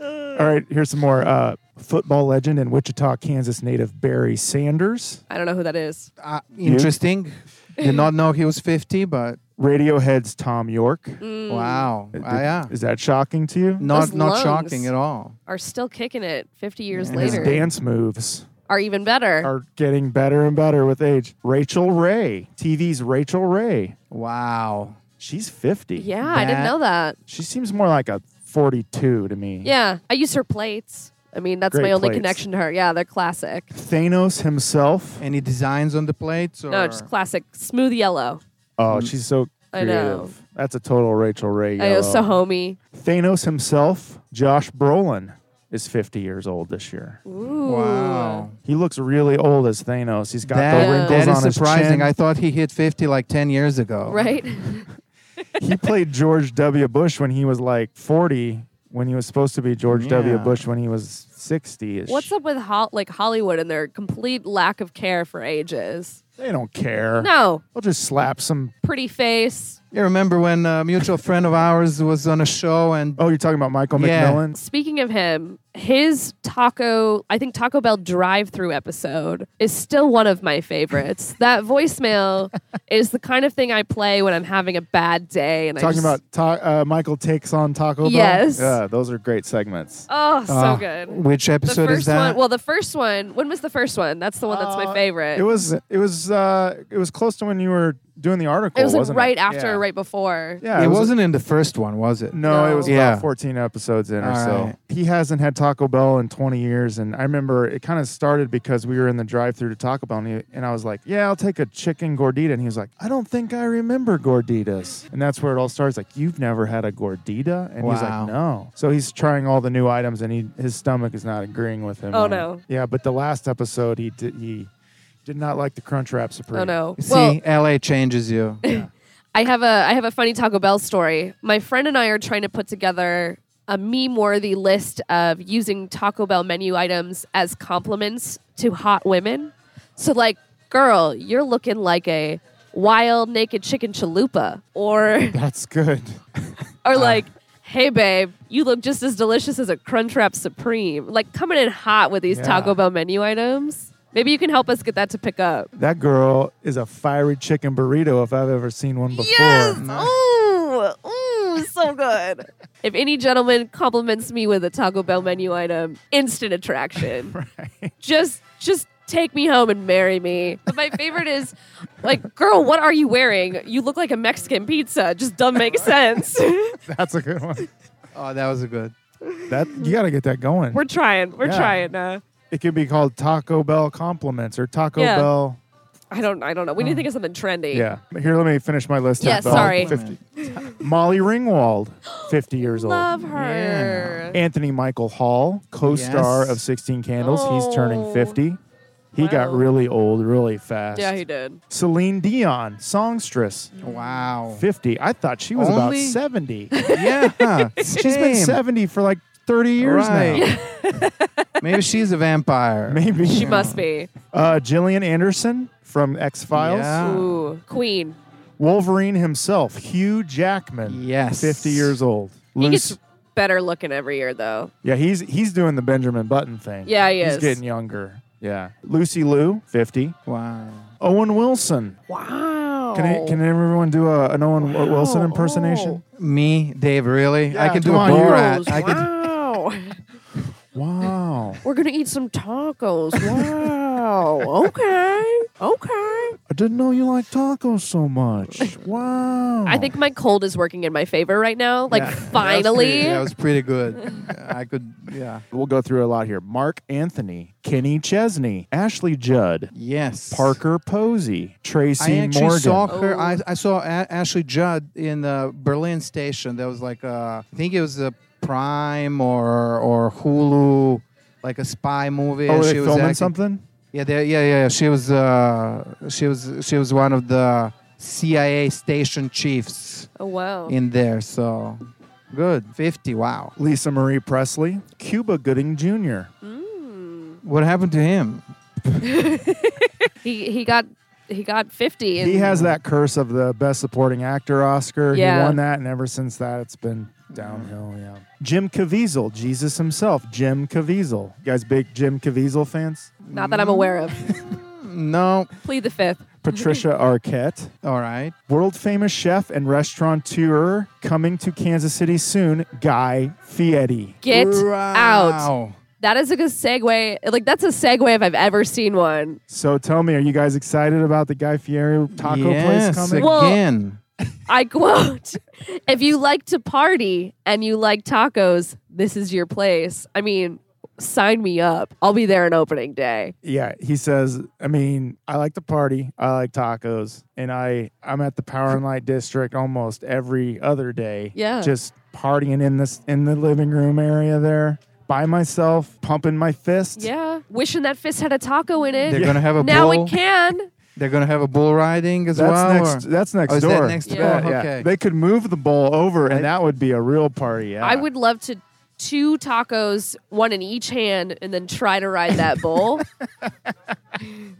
S1: All right, here's some more. Uh, football legend and Wichita, Kansas native Barry Sanders.
S3: I don't know who that is.
S4: Uh, interesting. Did not know he was 50, but
S1: Radiohead's Tom York.
S3: Mm.
S4: wow.
S1: Did-
S4: Ah, yeah.
S1: Is that shocking to you?
S4: Not
S3: Those
S4: not
S3: lungs.
S4: shocking at all.
S3: Are still kicking it 50 years
S1: His
S3: later.
S1: dance moves
S3: are even better.
S1: are getting better and better with age. Rachel Ray, TV's Rachel Ray.
S4: Wow.
S1: She's 50.
S3: yeah, I didn't
S4: that-
S3: know that.
S1: She seems more like a 42 to me.
S3: Yeah, I use her plates. I mean, that's
S1: Great
S3: my only
S1: plates.
S3: connection to her. Yeah, they're classic.
S1: Thanos himself.
S4: Any designs on the plates? Or?
S3: No, just classic smooth yellow.
S1: Oh, she's so
S3: Mm. I
S1: creative.
S3: know.
S1: That's a total Rachel Ray.
S3: I know,
S1: yellow.
S3: so homey.
S1: Thanos himself, Josh Brolin, is 50 years old this year.
S3: Ooh.
S4: Wow.
S1: He looks really old as Thanos. He's got the
S4: That,
S1: wrinkles
S4: that is
S1: on his
S4: surprising.
S1: chin.
S4: I thought he hit 50 like 10 years ago.
S3: Right?
S1: he played George W. Bush when he was like 40, when he was supposed to be George W.
S4: Yeah.
S1: Bush when he was 60 ish.
S3: What's up with ho- like Hollywood and their complete lack of care for ages?
S1: They don't care.
S3: No,
S1: They'll just slap some.
S3: pretty face.
S4: You remember when a mutual friend of ours was on a show and
S1: Oh, you're talking about Michael
S4: Yeah.
S1: McMillan?
S3: Speaking of him, his taco, I think Taco Bell drive-through episode is still one of my favorites. that voicemail is the kind of thing I play when I'm having a bad day and I
S1: Talking
S3: just-
S1: about ta- uh, Michael takes on Taco Bell?
S3: Yes.
S1: Yeah, those are great segments.
S3: Oh, so
S1: Ah,
S4: Uh,
S3: good.
S4: which
S3: The
S4: episode
S3: first
S4: is that?
S3: one. Well, the first one. When was the first one? That's the one that's
S1: Uh,
S3: my favorite.
S1: It was it was uh it was close to when you were doing the article.
S3: It was like
S1: wasn't
S3: right
S1: it?
S3: after,
S1: Yeah.
S3: or right before.
S1: Yeah,
S4: it
S1: was-
S4: wasn't in the first one, was it?
S1: No, it
S3: No.
S1: was
S4: Yeah.
S1: about 14 episodes in or
S4: All
S1: so.
S4: right.
S1: He hasn't had Taco Bell in 20 years. And I remember it kind of started because we were in the drive through to Taco Bell. And, he, and I was like, Yeah, I'll take a chicken gordita. And he was like, I don't think I remember gorditas. And that's where it all starts. Like, you've never had a gordita? And he's
S4: Wow.
S1: like, No. So he's trying all the new items and he, his stomach is not agreeing with him.
S3: Oh,
S1: on it.
S3: no.
S1: Yeah, but the last episode, he did, he did not like the Crunch Wrap Supreme.
S3: Oh no.
S4: See,
S3: Well,
S4: LA changes you.
S3: I have a I have a funny Taco Bell story. My friend and I are trying to put together a meme-worthy list of using Taco Bell menu items as compliments to hot women. So like, girl, you're looking like a wild naked chicken chalupa or
S1: That's good.
S3: or
S1: Uh.
S3: like Hey babe, you look just as delicious as a Crunchwrap Supreme. Like coming in hot with these
S1: Yeah.
S3: Taco Bell menu items. Maybe you can help us get that to pick up.
S1: That girl is a fiery chicken burrito if I've ever seen one before.
S3: Ooh, ooh, so good. if any gentleman compliments me with a Taco Bell menu item, instant attraction. Just, just take me home and marry me. But my favorite is, like, girl, what are you wearing? You look like a Mexican pizza. Just doesn't make sense.
S1: That's a good one.
S4: Oh, that was a good.
S1: That you got to get that going.
S3: We're trying. We're
S1: Yeah.
S3: trying. Uh,
S1: it could be called Taco Bell compliments or Taco
S3: Yeah.
S1: Bell.
S3: I don't. I don't know. We need to think of something trendy.
S1: Hmm. Yeah. Here, let me finish my list.
S3: Yeah,
S1: of, uh,
S3: sorry.
S1: 50. Molly Ringwald, 50 years old.
S3: Love her.
S1: Anthony Michael Hall, co-star
S4: Yes.
S1: of 16 Candles. He's
S3: Oh.
S1: turning 50. He got
S3: Wow.
S1: really old really fast.
S3: Yeah, he did.
S1: Celine Dion, songstress,
S4: Wow.
S1: 50. I thought she was about
S4: Only-
S1: 70.
S4: yeah.
S1: She's been 70 for like 30 years now.
S4: Right. Maybe she's a vampire.
S1: Maybe.
S3: She must be.
S1: Uh, Gillian Anderson from X Files.
S4: Yeah.
S3: Ooh, Queen.
S1: Wolverine himself, Hugh Jackman.
S4: Yes.
S1: 50 years old.
S3: He
S1: Lucy.
S3: gets better looking every year, though.
S1: yeah, he's he's doing the Benjamin Button thing.
S3: Yeah, he
S1: he's
S3: is.
S1: getting younger. Yeah. Lucy Liu, 50.
S4: Wow.
S1: Owen Wilson.
S3: Wow.
S1: Can, I, can everyone do a, an Owen W- Wilson
S3: Wow.
S1: impersonation?
S4: Me, Dave, really?
S1: Yeah,
S4: I can do
S1: come
S4: a
S1: on, you
S4: Borat.
S1: rules.
S4: I can
S3: wow.
S1: Wow.
S3: We're gonna eat some tacos. Wow. okay. Okay.
S1: I didn't know you liked tacos so much. Wow.
S3: I think my cold is working in my favor right now. Like,
S1: Oh. Yeah.
S3: finally.
S4: that was pretty good. I could, yeah.
S1: we'll go through a lot here. Mark Anthony, Kenny Chesney, Ashley Judd,
S4: Yes.
S1: Parker Posey, Tracy
S4: I actually
S1: Morgan.
S4: saw her. I,
S3: Oh.
S4: I saw a- Ashley Judd in the Berlin station. That was like a, I think it was a Prime or or Hulu, like a spy movie.
S1: oh,
S4: and
S1: were they
S4: she was
S1: filming
S4: acting-
S1: something?
S4: Yeah, they, yeah, yeah. yeah. She was uh, she was she was one of the CIA station chiefs
S3: oh, wow.
S4: in there. So good, fifty. Wow.
S1: Lisa Marie Presley, Cuba Gooding Jr.
S4: What happened to him?
S3: he, he got he got 50. And
S1: He has that curse of the Best Supporting Actor Oscar. He
S3: Yeah.
S1: won that, and ever since that, it's been downhill. Yeah. Jim Caviezel, Jesus himself, Jim Caviezel. You guys, big Jim Caviezel fans.
S3: Not that I'm aware of.
S4: No.
S3: Plead the fifth.
S1: Patricia Arquette,
S4: All right.
S1: world famous chef and restaurateur, coming to Kansas City soon, Guy Fieri.
S3: Get out.
S4: Wow.
S3: That is a good segue. Like, that's a segue if I've ever seen one.
S1: So tell me, are you guys excited about the Guy Fieri taco
S4: yes,
S1: place coming?
S3: Well-
S4: again.
S3: I quote, if you like to party and you like tacos, this is your place. I mean, sign me up. I'll be there on opening day.
S1: yeah, he says, I mean, I like to party, I like tacos, and I I'm at the Power and Light District almost every other day.
S3: Yeah.
S1: Just partying in this in the living room area there by myself, pumping my fist.
S3: Yeah. Wishing that fist had a taco in it.
S4: They're gonna have a
S3: now
S4: bull.
S3: it can.
S4: They're gonna have a bull riding as
S1: That's
S4: well.
S1: next.
S4: or-
S1: That's next
S4: Oh, is that
S1: door.
S4: next
S3: Yeah.
S1: Yeah,
S4: door?
S1: yeah.
S4: Okay.
S1: They could move the bowl over, and
S4: I-
S1: that would be a real party. Yeah.
S3: I would love to two tacos, one in each hand, and then try to ride that bull.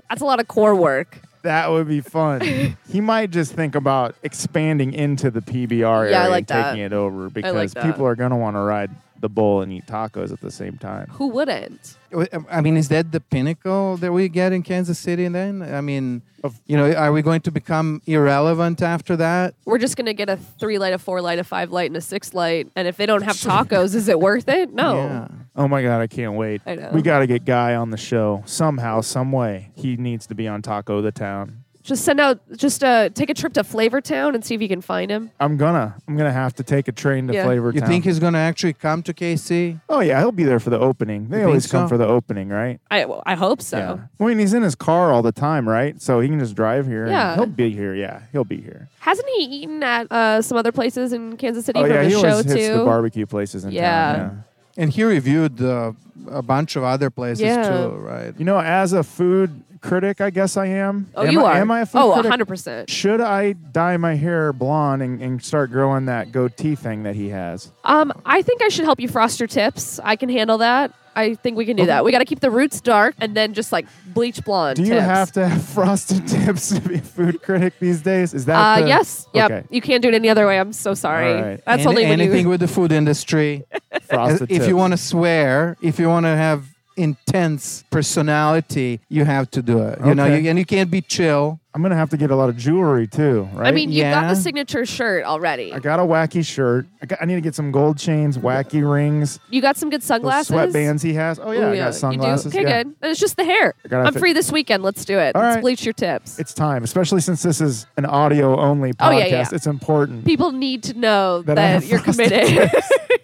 S3: That's a lot of core work.
S1: That would be fun. he might just think about expanding into the PBR area
S3: I like
S1: and
S3: that.
S1: taking it over because
S3: that.
S1: people are going to want to ride the bowl and eat tacos at the same time.
S3: Who wouldn't?
S4: Wait, um, I mean, is that the pinnacle that we get in Kansas City? Then, I mean,
S1: Of-
S4: you know, are we going to become irrelevant after that?
S3: We're just gonna get a three light, a four light, a five light, and a six light. And if they don't have tacos, is it worth it? No.
S4: Yeah.
S1: Oh my god, I can't wait.
S3: I know.
S1: We got to get Guy on the show somehow, some way. He needs to be on Taco the Town.
S3: Just send out. Just uh, take a trip to Flavor Town and see if you can find him.
S1: I'm gonna, I'm gonna have to take a train to
S3: Yeah.
S1: Flavor
S4: You
S1: Town.
S4: think he's going to actually come to KC?
S1: oh yeah, he'll be there for the opening. They
S4: think
S1: always come
S4: so?
S1: for the opening, right?
S3: I well, I hope so.
S1: I mean, he's in his car all the time, right? So he can just drive here. and
S3: Yeah.
S1: he'll be here. Yeah, he'll be here.
S3: Hasn't he eaten at uh, some other places in Kansas City
S1: oh
S3: from
S1: yeah,
S3: the
S1: he
S3: show
S1: always hits
S3: too?
S1: the barbecue places in
S3: Yeah.
S1: town. Yeah.
S4: And he reviewed uh, a bunch of other places
S3: Yeah.
S4: too, right?
S1: You know, as a food critic, I guess I am.
S3: oh,
S1: Am
S3: you
S1: I-
S3: are.
S1: Am I a food
S3: oh,
S1: critic?
S3: 100 percent.
S1: Should I dye my hair blonde and, and start growing that goatee thing that he has?
S3: Um, I think I should help you frost your tips. I can handle that. I think we can do that. We got to keep the roots dark and then just like bleach blonde.
S1: Do you
S3: tips.
S1: have to have frosted tips to be a food critic these days? Is that
S3: Uh,
S1: the-
S3: yes. Yep.
S1: Okay.
S3: You can't do it any other way. I'm so sorry.
S1: All right.
S3: That's
S4: Any-
S3: only when
S4: anything
S3: you.
S4: with the food industry.
S1: Frosted
S4: if
S1: tips.
S4: you want to swear, if you want to have intense personality, you have to do it. You know,
S1: Okay.
S4: you, and you can't be chill.
S1: I'm gonna have to get a lot of jewelry too, right?
S3: I mean, you've got
S4: Yeah.
S3: the signature shirt already.
S1: I got a wacky shirt. I, got, I need to get some gold chains, wacky rings,
S3: You got some good
S1: those
S3: sunglasses.
S1: sweatbands he has. Oh
S3: Ooh,
S1: yeah, I
S3: yeah. You
S1: got
S3: do?
S1: sunglasses.
S3: Okay,
S1: yeah.
S3: good. And it's just the hair.
S1: gotta
S3: I'm
S1: fit-
S3: free this weekend. Let's do it.
S1: All
S3: Let's
S1: right.
S3: bleach your tips.
S1: It's time, especially since this is an audio only podcast.
S3: Oh, yeah, yeah.
S1: It's important.
S3: People need to know
S1: That I
S3: that,
S1: have
S3: you're
S1: frosted
S3: committed.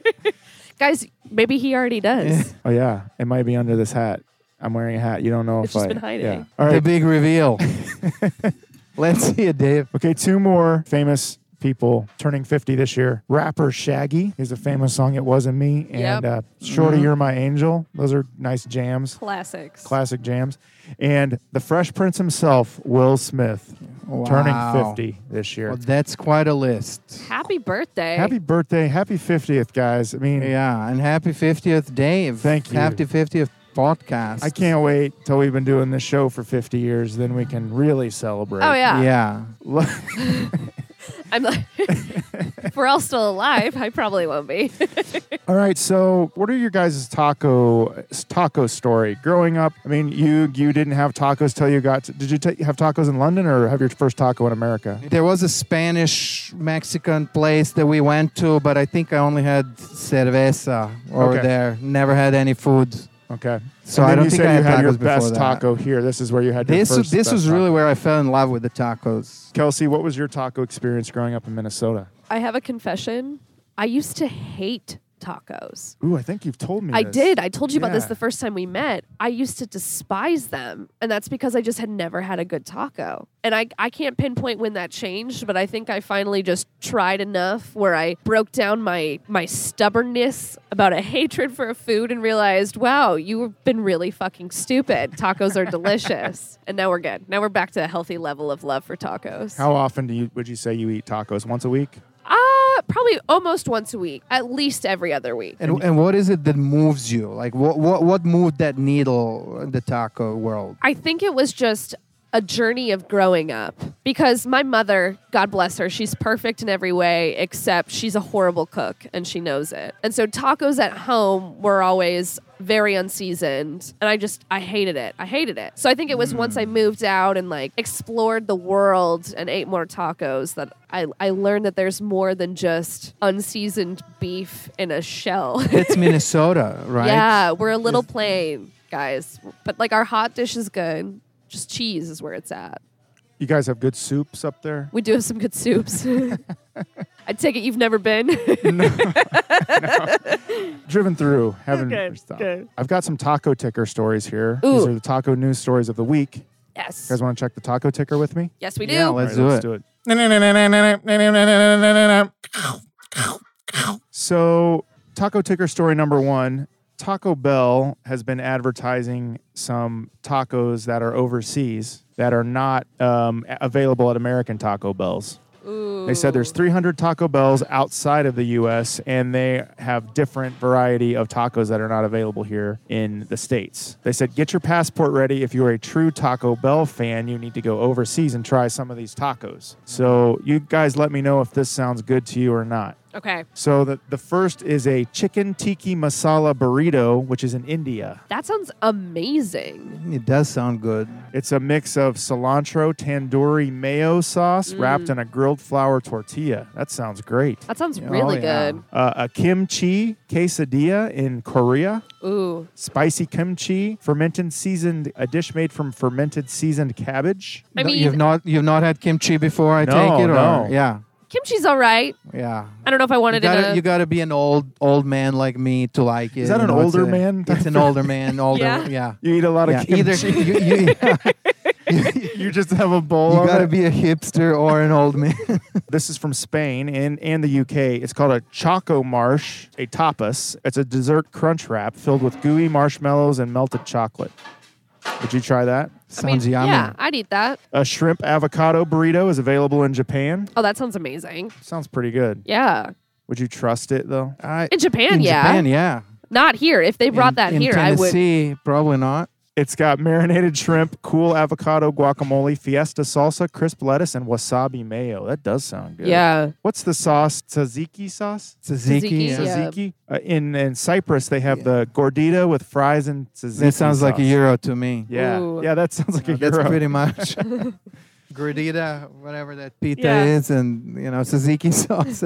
S3: Guys, maybe he already does.
S1: Oh yeah, it might be under this hat. I'm wearing a hat. You don't know
S3: It's
S1: if
S3: just
S1: I.
S3: been hiding.
S1: Yeah. All
S4: The
S1: right.
S4: big reveal. Let's see it, Dave.
S1: Okay, two more famous people turning 50 this year. Rapper Shaggy is a famous song, It Wasn't Me, and
S3: Yep. Mm-hmm.
S1: uh, Shorty, You're My Angel. Those are nice jams,
S3: Classics.
S1: classic jams. And the Fresh Prince himself, Will Smith, turning
S4: Wow.
S1: 50 this year.
S4: Well, that's quite a list.
S3: Happy birthday.
S1: happy birthday. Happy 50th, guys. I mean,
S4: Yeah, and happy 50th, Dave.
S1: Thank you.
S4: Happy 50th podcast.
S1: I can't wait till we've been doing this show for 50 years. Then we can really celebrate.
S3: Oh yeah.
S4: Yeah.
S3: I'm like, if we're all still alive, I probably won't be.
S1: All right, so what are your guys' taco taco story? Growing up, I mean, you you didn't have tacos till you got. To, did you ta- have tacos in London or have your first taco in America?
S4: There was a Spanish Mexican place that we went to, but I think I only had cerveza over
S1: Okay.
S4: there. Never had any food.
S1: Okay.
S4: So
S1: And
S4: I
S1: then
S4: don't
S1: you
S4: think
S1: said
S4: I
S1: you
S4: had
S1: had your
S4: tacos before
S1: best
S4: that.
S1: taco here. This is where you had your
S4: This
S1: first
S4: this
S1: best
S4: was really
S1: taco.
S4: where I fell in love with the tacos.
S1: Kelsey, what was your taco experience growing up in Minnesota?
S3: I have a confession. I used to hate tacos.
S1: Ooh, I think you've told me.
S3: I
S1: this.
S3: did. I told you about this
S1: Yeah.
S3: the first time we met. I used to despise them, and that's because I just had never had a good taco. And I, I can't pinpoint when that changed, but I think I finally just tried enough where I broke down my my stubbornness about a hatred for a food and realized, wow, you've been really fucking stupid. Tacos are delicious, and now we're good. Now we're back to a healthy level of love for tacos.
S1: How often do you would you say you eat tacos? Once a week?
S3: Uh, probably almost once a week, at least every other week.
S4: And, and what is it that moves you? Like what what what moved that needle in the taco world?
S3: I think it was just a journey of growing up because my mother, God bless her, she's perfect in every way except she's a horrible cook and she knows it. And so tacos at home were always very unseasoned and I just I hated it. I hated it. So I think it was once I moved out and like explored the world and ate more tacos that I, I learned that there's more than just unseasoned beef in a shell.
S4: It's Minnesota, right?
S3: Yeah, we're a little plain, guys. But like our hot dish is good. Just cheese is where it's at.
S1: You guys have good soups up there.
S3: We do have some good soups. I take it you've never been.
S1: Driven through, haven't
S3: Good,
S1: stopped.
S3: good.
S1: I've got some taco ticker stories here.
S3: Ooh.
S1: These are the taco news stories of the week. You
S3: yes.
S1: guys want to check the taco ticker with me?
S3: Yes, we do.
S4: Yeah, let's-
S1: All
S4: do
S1: let's
S4: it.
S1: do it.
S2: Taco.
S1: So, taco ticker story number one Taco Bell has been advertising some tacos that are overseas that are not um, a- available at American Taco Bells. They said there's 300 Taco Bells outside of the U.S. and they have different variety of tacos that are not available here in the states. They said get your passport ready. If you're a true Taco Bell fan, you need to go overseas and try some of these tacos. So you guys, let me know if this sounds good to you or not.
S3: okay.
S1: So the, the first is a chicken tiki masala burrito, which is in India.
S3: That sounds amazing.
S4: It does sound good.
S1: It's a mix of cilantro tandoori mayo sauce wrapped in a grilled flour tortilla. That sounds great.
S3: That sounds really
S4: yeah.
S3: good.
S1: Uh, a kimchi quesadilla in Korea.
S3: Ooh.
S1: Spicy kimchi, fermented seasoned, a dish made from fermented seasoned cabbage.
S3: I
S4: No,
S3: mean,
S4: you've not you've not had kimchi before, I
S1: No,
S4: take it, or
S1: no.
S4: yeah,
S3: kimchi's all right.
S4: yeah.
S3: I don't know if I
S4: You
S3: wanted it. uh, in
S4: gotta,
S3: a-
S4: you gotta be an old old man like me to like it.
S1: Is that
S4: you
S1: an
S4: know, it's
S1: older
S4: a-
S1: man type
S4: It's an older man, older,
S3: Yeah.
S4: yeah. yeah.
S1: You eat a lot of
S4: Either
S1: kimchi.
S4: you, you, yeah,
S1: you just have a bowl.
S4: you
S1: of
S4: gotta
S1: it.
S4: be a hipster or an old man.
S1: This is from Spain and, and the UK. It's called a Choco Marsh, a tapas. It's a dessert crunch wrap filled with gooey marshmallows and melted chocolate. Would you try that?
S3: I mean,
S4: Sounds yummy.
S3: Yeah, I'd eat that.
S1: A shrimp avocado burrito is available in Japan.
S3: Oh, that sounds amazing.
S1: Sounds pretty good.
S3: Yeah.
S1: Would you trust it though?
S4: I-
S3: In Japan,
S4: in
S3: yeah.
S4: Japan, yeah.
S3: Not here. If they brought
S4: in,
S3: that
S4: in
S3: here, I would.
S4: Tennessee, probably not.
S1: It's got marinated shrimp, cool avocado guacamole, fiesta salsa, crisp lettuce, and wasabi mayo. That does sound good.
S3: Yeah.
S1: What's the sauce? Tzatziki sauce?
S4: Tzatziki.
S3: Tzatziki,
S4: yeah.
S3: yeah.
S1: Tzatziki? Uh, in in Cyprus, they have the gordita with fries and tzatziki.
S4: That sounds like a
S1: sauce.
S4: euro to me.
S1: Yeah,
S3: Ooh.
S1: yeah, that sounds like a
S4: That's
S1: euro.
S4: pretty much gordita, whatever that pita
S3: Yeah.
S4: is, and you know tzatziki sauce.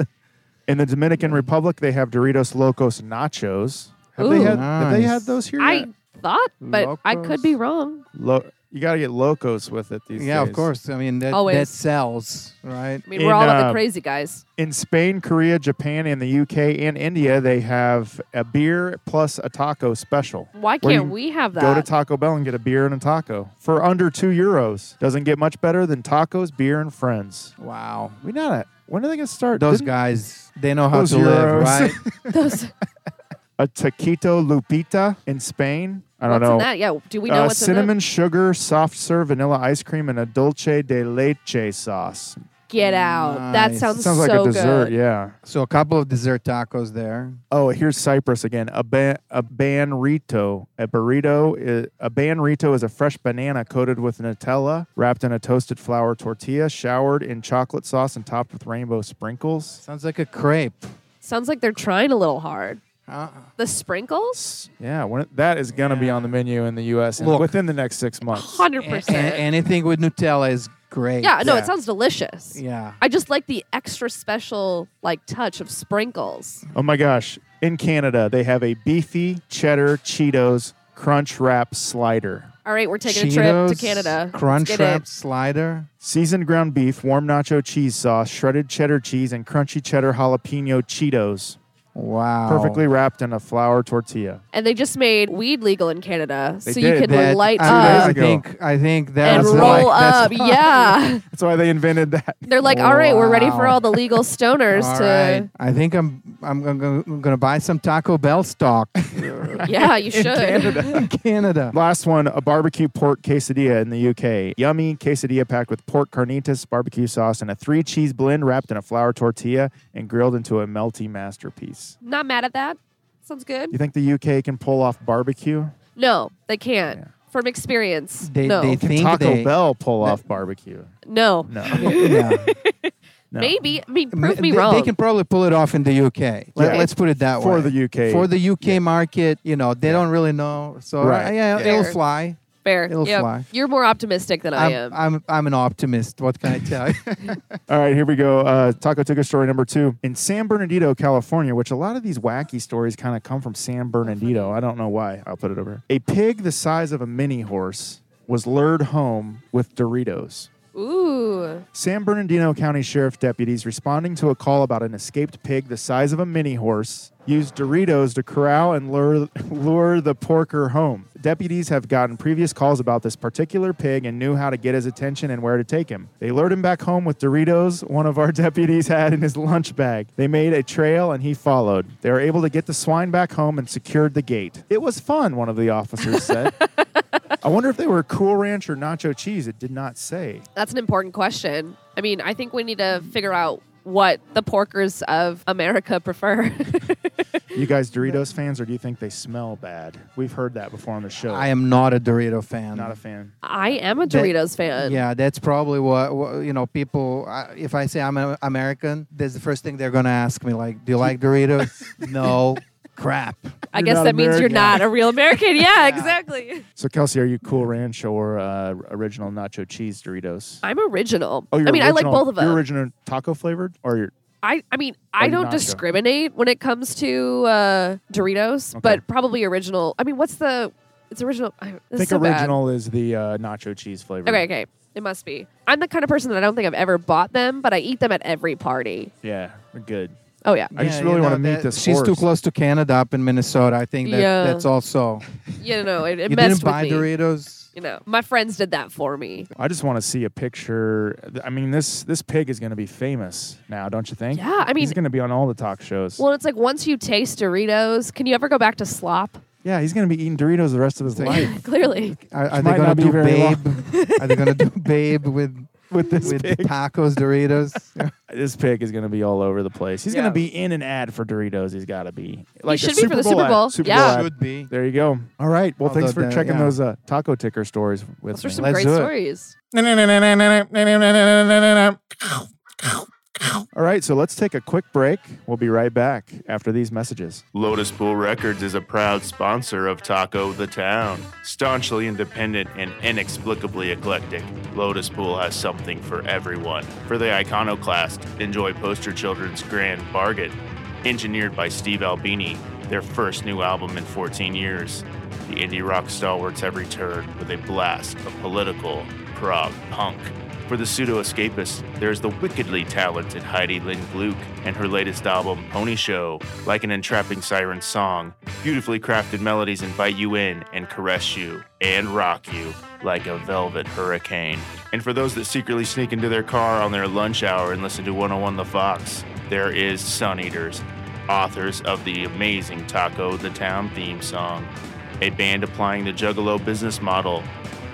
S1: In the Dominican Republic, they have Doritos Locos Nachos. Have they
S3: Ooh.
S1: had? Have they
S4: Nice.
S1: had those here?
S3: I
S1: yet?
S3: thought, but I could
S4: Locos.
S3: be wrong.
S1: Lo- you got to get locos with it these
S4: yeah,
S1: days.
S4: of course. I mean that
S3: Always.
S4: that sells, right?
S3: I mean,
S1: In,
S3: we're all about
S1: uh,
S3: the crazy guys.
S1: In Spain, Korea, Japan, and the UK and India, they have a beer plus a taco special.
S3: Why
S1: where
S3: can't
S1: you
S3: we have that?
S1: Go to Taco Bell and get a beer and a taco for under two euros. Doesn't get much better than tacos, beer, and friends.
S4: Wow,
S1: We not at. When are they gonna start?
S4: those
S1: Didn't-
S4: guys, they know how
S1: Those
S4: to
S1: Euros.
S4: live, right?
S3: Those,
S1: a taquito lupita in Spain. I don't
S3: what's
S1: know.
S3: in that? Yeah. Do we know
S1: uh,
S3: what's
S1: cinnamon
S3: in
S1: sugar, soft serve vanilla ice cream, and a dulce de leche sauce.
S3: that? Get out. That
S4: Nice.
S3: sounds,
S1: Sounds
S3: so
S1: like a dessert,
S3: good.
S1: yeah.
S4: so a couple of dessert tacos there.
S1: Oh, here's Cyprus again. A, ban- a banrito. A burrito. i- A banrito is a fresh banana coated with Nutella, wrapped in a toasted flour tortilla, showered in chocolate sauce, and topped with rainbow sprinkles.
S4: Sounds like a crepe.
S3: Sounds like they're trying a little hard.
S1: Uh-uh.
S4: Uh,
S3: The sprinkles?
S1: Yeah, when it- that is going to be on the menu in the U.S. in-
S4: Look.
S1: within the next six months.
S3: 100%.
S4: a- anything with Nutella is great.
S3: yeah, no,
S1: eh, yeah.
S3: it sounds delicious.
S4: Yeah.
S3: I just like the extra special like touch of sprinkles.
S1: Oh my gosh. In Canada, they have a beefy cheddar Cheetos crunch wrap slider.
S3: All right, we're taking a
S4: Cheetos,
S3: trip to Canada.
S4: Crunch
S3: Let's get
S4: wrap
S3: it.
S4: slider.
S1: Seasoned ground beef, warm nacho cheese sauce, shredded cheddar cheese, and crunchy cheddar jalapeno Cheetos,
S4: Wow.
S1: perfectly wrapped in a flour tortilla.
S3: And they just made weed legal in Canada,
S1: They
S3: so
S1: did.
S3: you can
S4: That-
S3: light
S4: I,
S1: days
S4: I
S3: up
S1: ago.
S4: think I think
S3: and
S4: that's
S1: That's
S4: why-
S3: roll
S4: that's
S3: up.
S4: why-
S3: Yeah,
S1: That's why they invented that.
S3: they're like, all right, we're ready for
S4: Wow.
S3: all the legal stoners
S4: All
S3: to.
S4: right. I think I'm I'm gonna, gonna buy some Taco Bell stock in
S3: Yeah, you should.
S4: Canada.
S1: Last one, a barbecue pork quesadilla in the UK. Yummy quesadilla packed with pork carnitas, barbecue sauce, and a three cheese blend wrapped in a flour tortilla and grilled into a melty masterpiece.
S3: Not mad at that. Sounds good.
S1: You think the UK can pull off barbecue?
S3: No, they can't. From experience,
S4: They-
S3: no,
S4: they
S1: Can
S4: think
S1: Taco
S4: they-
S1: Bell pull off barbecue?
S3: no.
S1: No.
S4: Yeah.
S1: no.
S3: Maybe. I mean,
S4: Ma-
S3: prove me
S4: they,
S3: wrong.
S4: They can probably pull it off in the UK. Let,
S1: Yeah.
S4: us put it that
S1: For
S4: way.
S1: the UK.
S4: For the UK market, you know, they don't really know. So
S1: Right.
S4: uh, yeah,
S3: Yeah.
S4: it'll
S3: Fair.
S4: fly.
S3: Fair.
S4: It'll
S3: Yeah.
S4: fly.
S3: You're more optimistic than I
S4: I'm,
S3: am.
S4: I'm I'm an optimist. What can I tell you?
S1: All right, here we go. Uh, Taco Tico story number two. In San Bernardino, California, which a lot of these wacky stories kind of come from San Bernardino. I don't know why. I'll put it over. A pig the size of a mini horse was lured home with Doritos.
S3: Ooh.
S1: San Bernardino County Sheriff deputies responding to a call about an escaped pig the size of a mini horse used Doritos to corral and lure, lure the porker home. Deputies have gotten previous calls about this particular pig and knew how to get his attention and where to take him. They lured him back home with Doritos one of our deputies had in his lunch bag. They made a trail and he followed. They were able to get the swine back home and secured the gate. It was fun, one of the officers said. I wonder if they were Cool Ranch or Nacho Cheese. It did not say.
S3: That's an important question. I mean, I think we need to figure out what the porkers of America prefer.
S1: You guys Doritos fans, or do you think they smell bad? We've heard that before on the show.
S4: I am not a Dorito fan.
S1: not a fan.
S3: I am a
S4: That-
S3: Doritos fan.
S4: Yeah, that's probably what, what you know. People, I if I say I'm a American, that's the first thing they're gonna ask me. Like, do you like Doritos? no, crap.
S3: I
S1: You're
S3: guess
S1: not
S3: that means you're
S1: American.
S3: not a real American. Yeah,
S4: Oh,
S3: exactly.
S1: So Kelsey, are you Cool Ranch or uh, original Nacho Cheese Doritos?
S3: I'm original.
S1: Oh, you're
S3: I mean, I like
S1: original-
S3: both of
S1: You're
S3: them.
S1: original taco flavored, or you're
S3: I, I mean,
S1: Or
S3: I
S1: you're
S3: don't
S1: nacho.
S3: discriminate when it comes to uh, Doritos, but probably original. I mean, what's the? It's original. I, this
S1: I
S3: is
S1: think
S3: so bad.
S1: original is the uh, Nacho Cheese flavor.
S3: Okay, okay. It must be. I'm the kind of person that I don't think I've ever bought them, but I eat them at every party.
S1: Yeah, we're good.
S3: Oh yeah.
S1: I just really wanna meet
S4: that-
S1: this
S4: She's too
S1: horse.
S4: close to Canada up in Minnesota. I think that,
S3: Yeah.
S4: that's also.
S3: You know, it, it
S4: you
S3: messed
S4: didn't buy
S3: with me.
S4: Doritos.
S3: You know, my friends did that for me.
S1: I just want to see a picture. I mean, this this pig is going to be famous now, don't you think?
S3: Yeah, I mean-
S1: he's going to be on all the talk shows.
S3: Well, it's like once you taste Doritos, can you ever go back to slop?
S1: yeah, he's going to be eating Doritos the rest of his life
S3: Clearly.
S4: Are, are
S1: Which
S4: they
S1: might
S4: gonna
S1: not be
S4: do
S1: very long.
S4: Babe? are they gonna do Babe with
S1: with this
S4: with
S1: pig.
S4: tacos, Doritos?
S1: this pig is going to be all over the place. He's
S4: Yeah.
S1: going to be in an ad for Doritos. He's got to be. Like
S3: should
S1: a
S3: be for the Super
S1: ad.
S3: Bowl.
S1: Super
S3: Yeah.
S1: Bowl ad.
S4: Should be.
S1: There you go. All right. Well, thanks
S4: Although
S1: for
S4: the-
S1: checking
S4: yeah.
S1: those uh, taco ticker stories with
S3: Those were
S1: me.
S3: some
S4: Let's
S3: great
S4: do it.
S3: stories.
S1: All right. So let's take a quick break. We'll be right back after these messages.
S5: Lotus Pool Records is a proud sponsor of Taco the Town. Staunchly independent and inexplicably eclectic, Lotus Pool has something for everyone. For the iconoclast, enjoy Poster Children's Grand Bargain, engineered by Steve Albini, their first new album in 14 years. The indie rock stalwarts have returned with a blast of political prog punk. For the pseudo escapist, there's the wickedly talented Heidi Lynn Gluck and her latest album, Pony Show. Like an entrapping siren song, beautifully crafted melodies invite you in and caress you and rock you like a velvet hurricane. And for those that secretly sneak into their car on their lunch hour and listen to 101 The Fox, there is Sun Eaters, authors of the amazing Taco the Town theme song, a band applying the Juggalo business model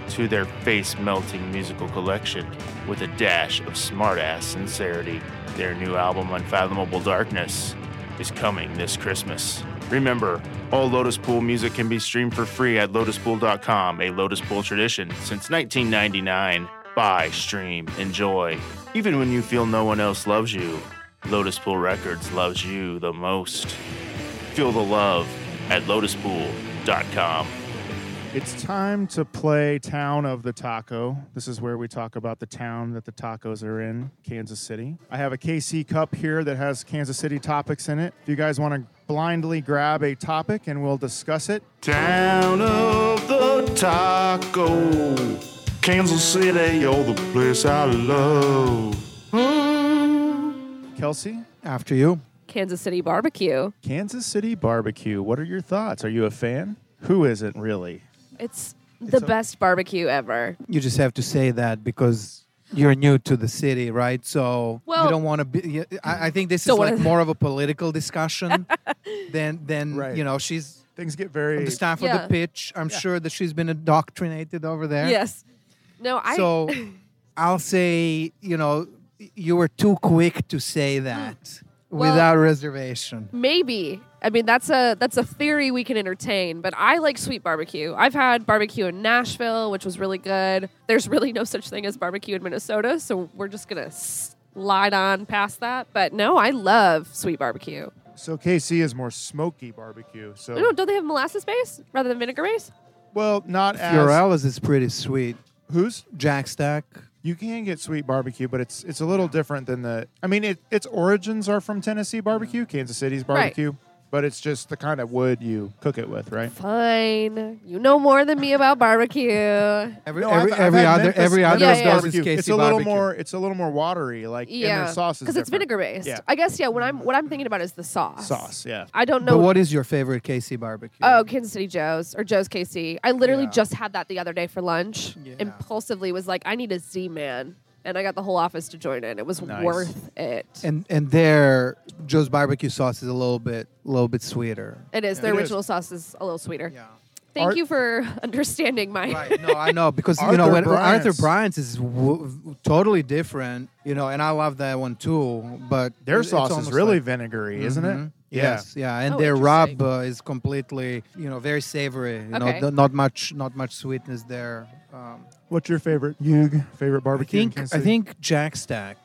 S5: to their face melting musical collection with a dash of smart ass sincerity. Their new album, Unfathomable Darkness, is coming this Christmas. Remember, all Lotus Pool music can be streamed for free at lotuspool.com, a Lotus Pool tradition since 1999. Buy, stream, enjoy. Even when you feel no one else loves you, Lotus Pool Records loves you the most. Feel the love at lotuspool.com.
S1: It's time to play Town of the Taco. This is where we talk about the town that the tacos are in, Kansas City. I have a KC cup here that has Kansas City topics in it. If you guys want to blindly grab a topic and we'll discuss it,
S5: Town of the Taco. Kansas City, oh, the place I love.
S1: Kelsey,
S4: After you.
S3: Kansas City barbecue.
S1: Kansas City barbecue. What are your thoughts? Are you a fan? Who isn't really?
S3: It's the best barbecue ever.
S4: You just have to say that because you're new to the city, right? So
S3: Well-
S4: you don't want to be. you- I, I think this
S3: Don't
S4: is like
S3: wanna-
S4: more of a political discussion than than
S1: Right.
S4: you know. She's
S1: Things get very.
S4: the staff of
S3: Yeah.
S4: the pitch. I'm sure that she's been indoctrinated over there.
S3: Yes. No, I
S4: So I'll say, you know, you were too quick to say
S1: Hmm.
S4: that
S3: Well-
S4: without reservation.
S3: maybe. I mean, that's a that's a theory we can entertain, but I like sweet barbecue. I've had barbecue in Nashville, which was really good. There's really no such thing as barbecue in Minnesota, so we're just going to slide on past that. But no, I love sweet barbecue.
S1: so KC is more smoky barbecue. So
S3: No, don't they have molasses base rather than vinegar base?
S1: well, not as
S4: Fiorellas is pretty sweet.
S1: who's
S4: Jack Stack.
S1: You can get sweet barbecue, but it's it's a little different than the. I mean, it, its origins are from Tennessee barbecue, Kansas City's barbecue, but it's just the kind of wood you cook it with, right?
S3: Fine. You know more than me about barbecue.
S4: Every,
S1: No, I've-
S4: every,
S1: I've
S4: every
S1: had
S4: other
S1: Memphis-
S4: every other
S3: Memphis
S4: of those
S1: barbecue.
S4: is Casey
S1: It's a little
S4: barbecue.
S1: more. It's a little more watery, like and their
S3: Yeah,
S1: sauce is
S3: because it's
S1: different.
S3: vinegar based.
S1: Yeah.
S3: I guess yeah. What I'm what I'm thinking about is the sauce.
S1: sauce. Yeah,
S3: I don't know.
S4: But what is your favorite Casey barbecue?
S3: oh,
S1: Mm.
S3: Kansas City Joe's or Joe's KC. I literally
S4: Yeah.
S3: just had that the other day for lunch.
S4: Yeah.
S3: Impulsively was like, I need a Z man, and I got the whole office to join in. It was
S1: Nice.
S3: worth it.
S4: And and their Joe's barbecue sauce is a little bit little bit sweeter.
S3: it is their
S1: It is.
S3: original sauce is a little sweeter.
S4: Yeah.
S3: Thank
S1: Art-
S3: you for understanding my.
S4: Right. No, I know because you know
S1: Arthur
S4: when when Arthur
S1: Bryant's.
S4: Bryant's is w- w- totally different, you know, and I love that one too. But
S1: their
S4: it's
S1: sauce is
S4: almost
S1: really
S4: like-
S1: vinegary, isn't it?
S4: Mhm. Yes, yeah, and
S3: Oh,
S4: their
S3: interesting.
S4: rub uh, is completely, you know, very savory. You know,
S3: Okay.
S4: th- not much, not much sweetness there. Um,
S1: What's your favorite? You favorite
S4: I
S1: barbecue? in
S4: think,
S1: Kansas
S4: I
S1: City?
S4: think Jack Stack.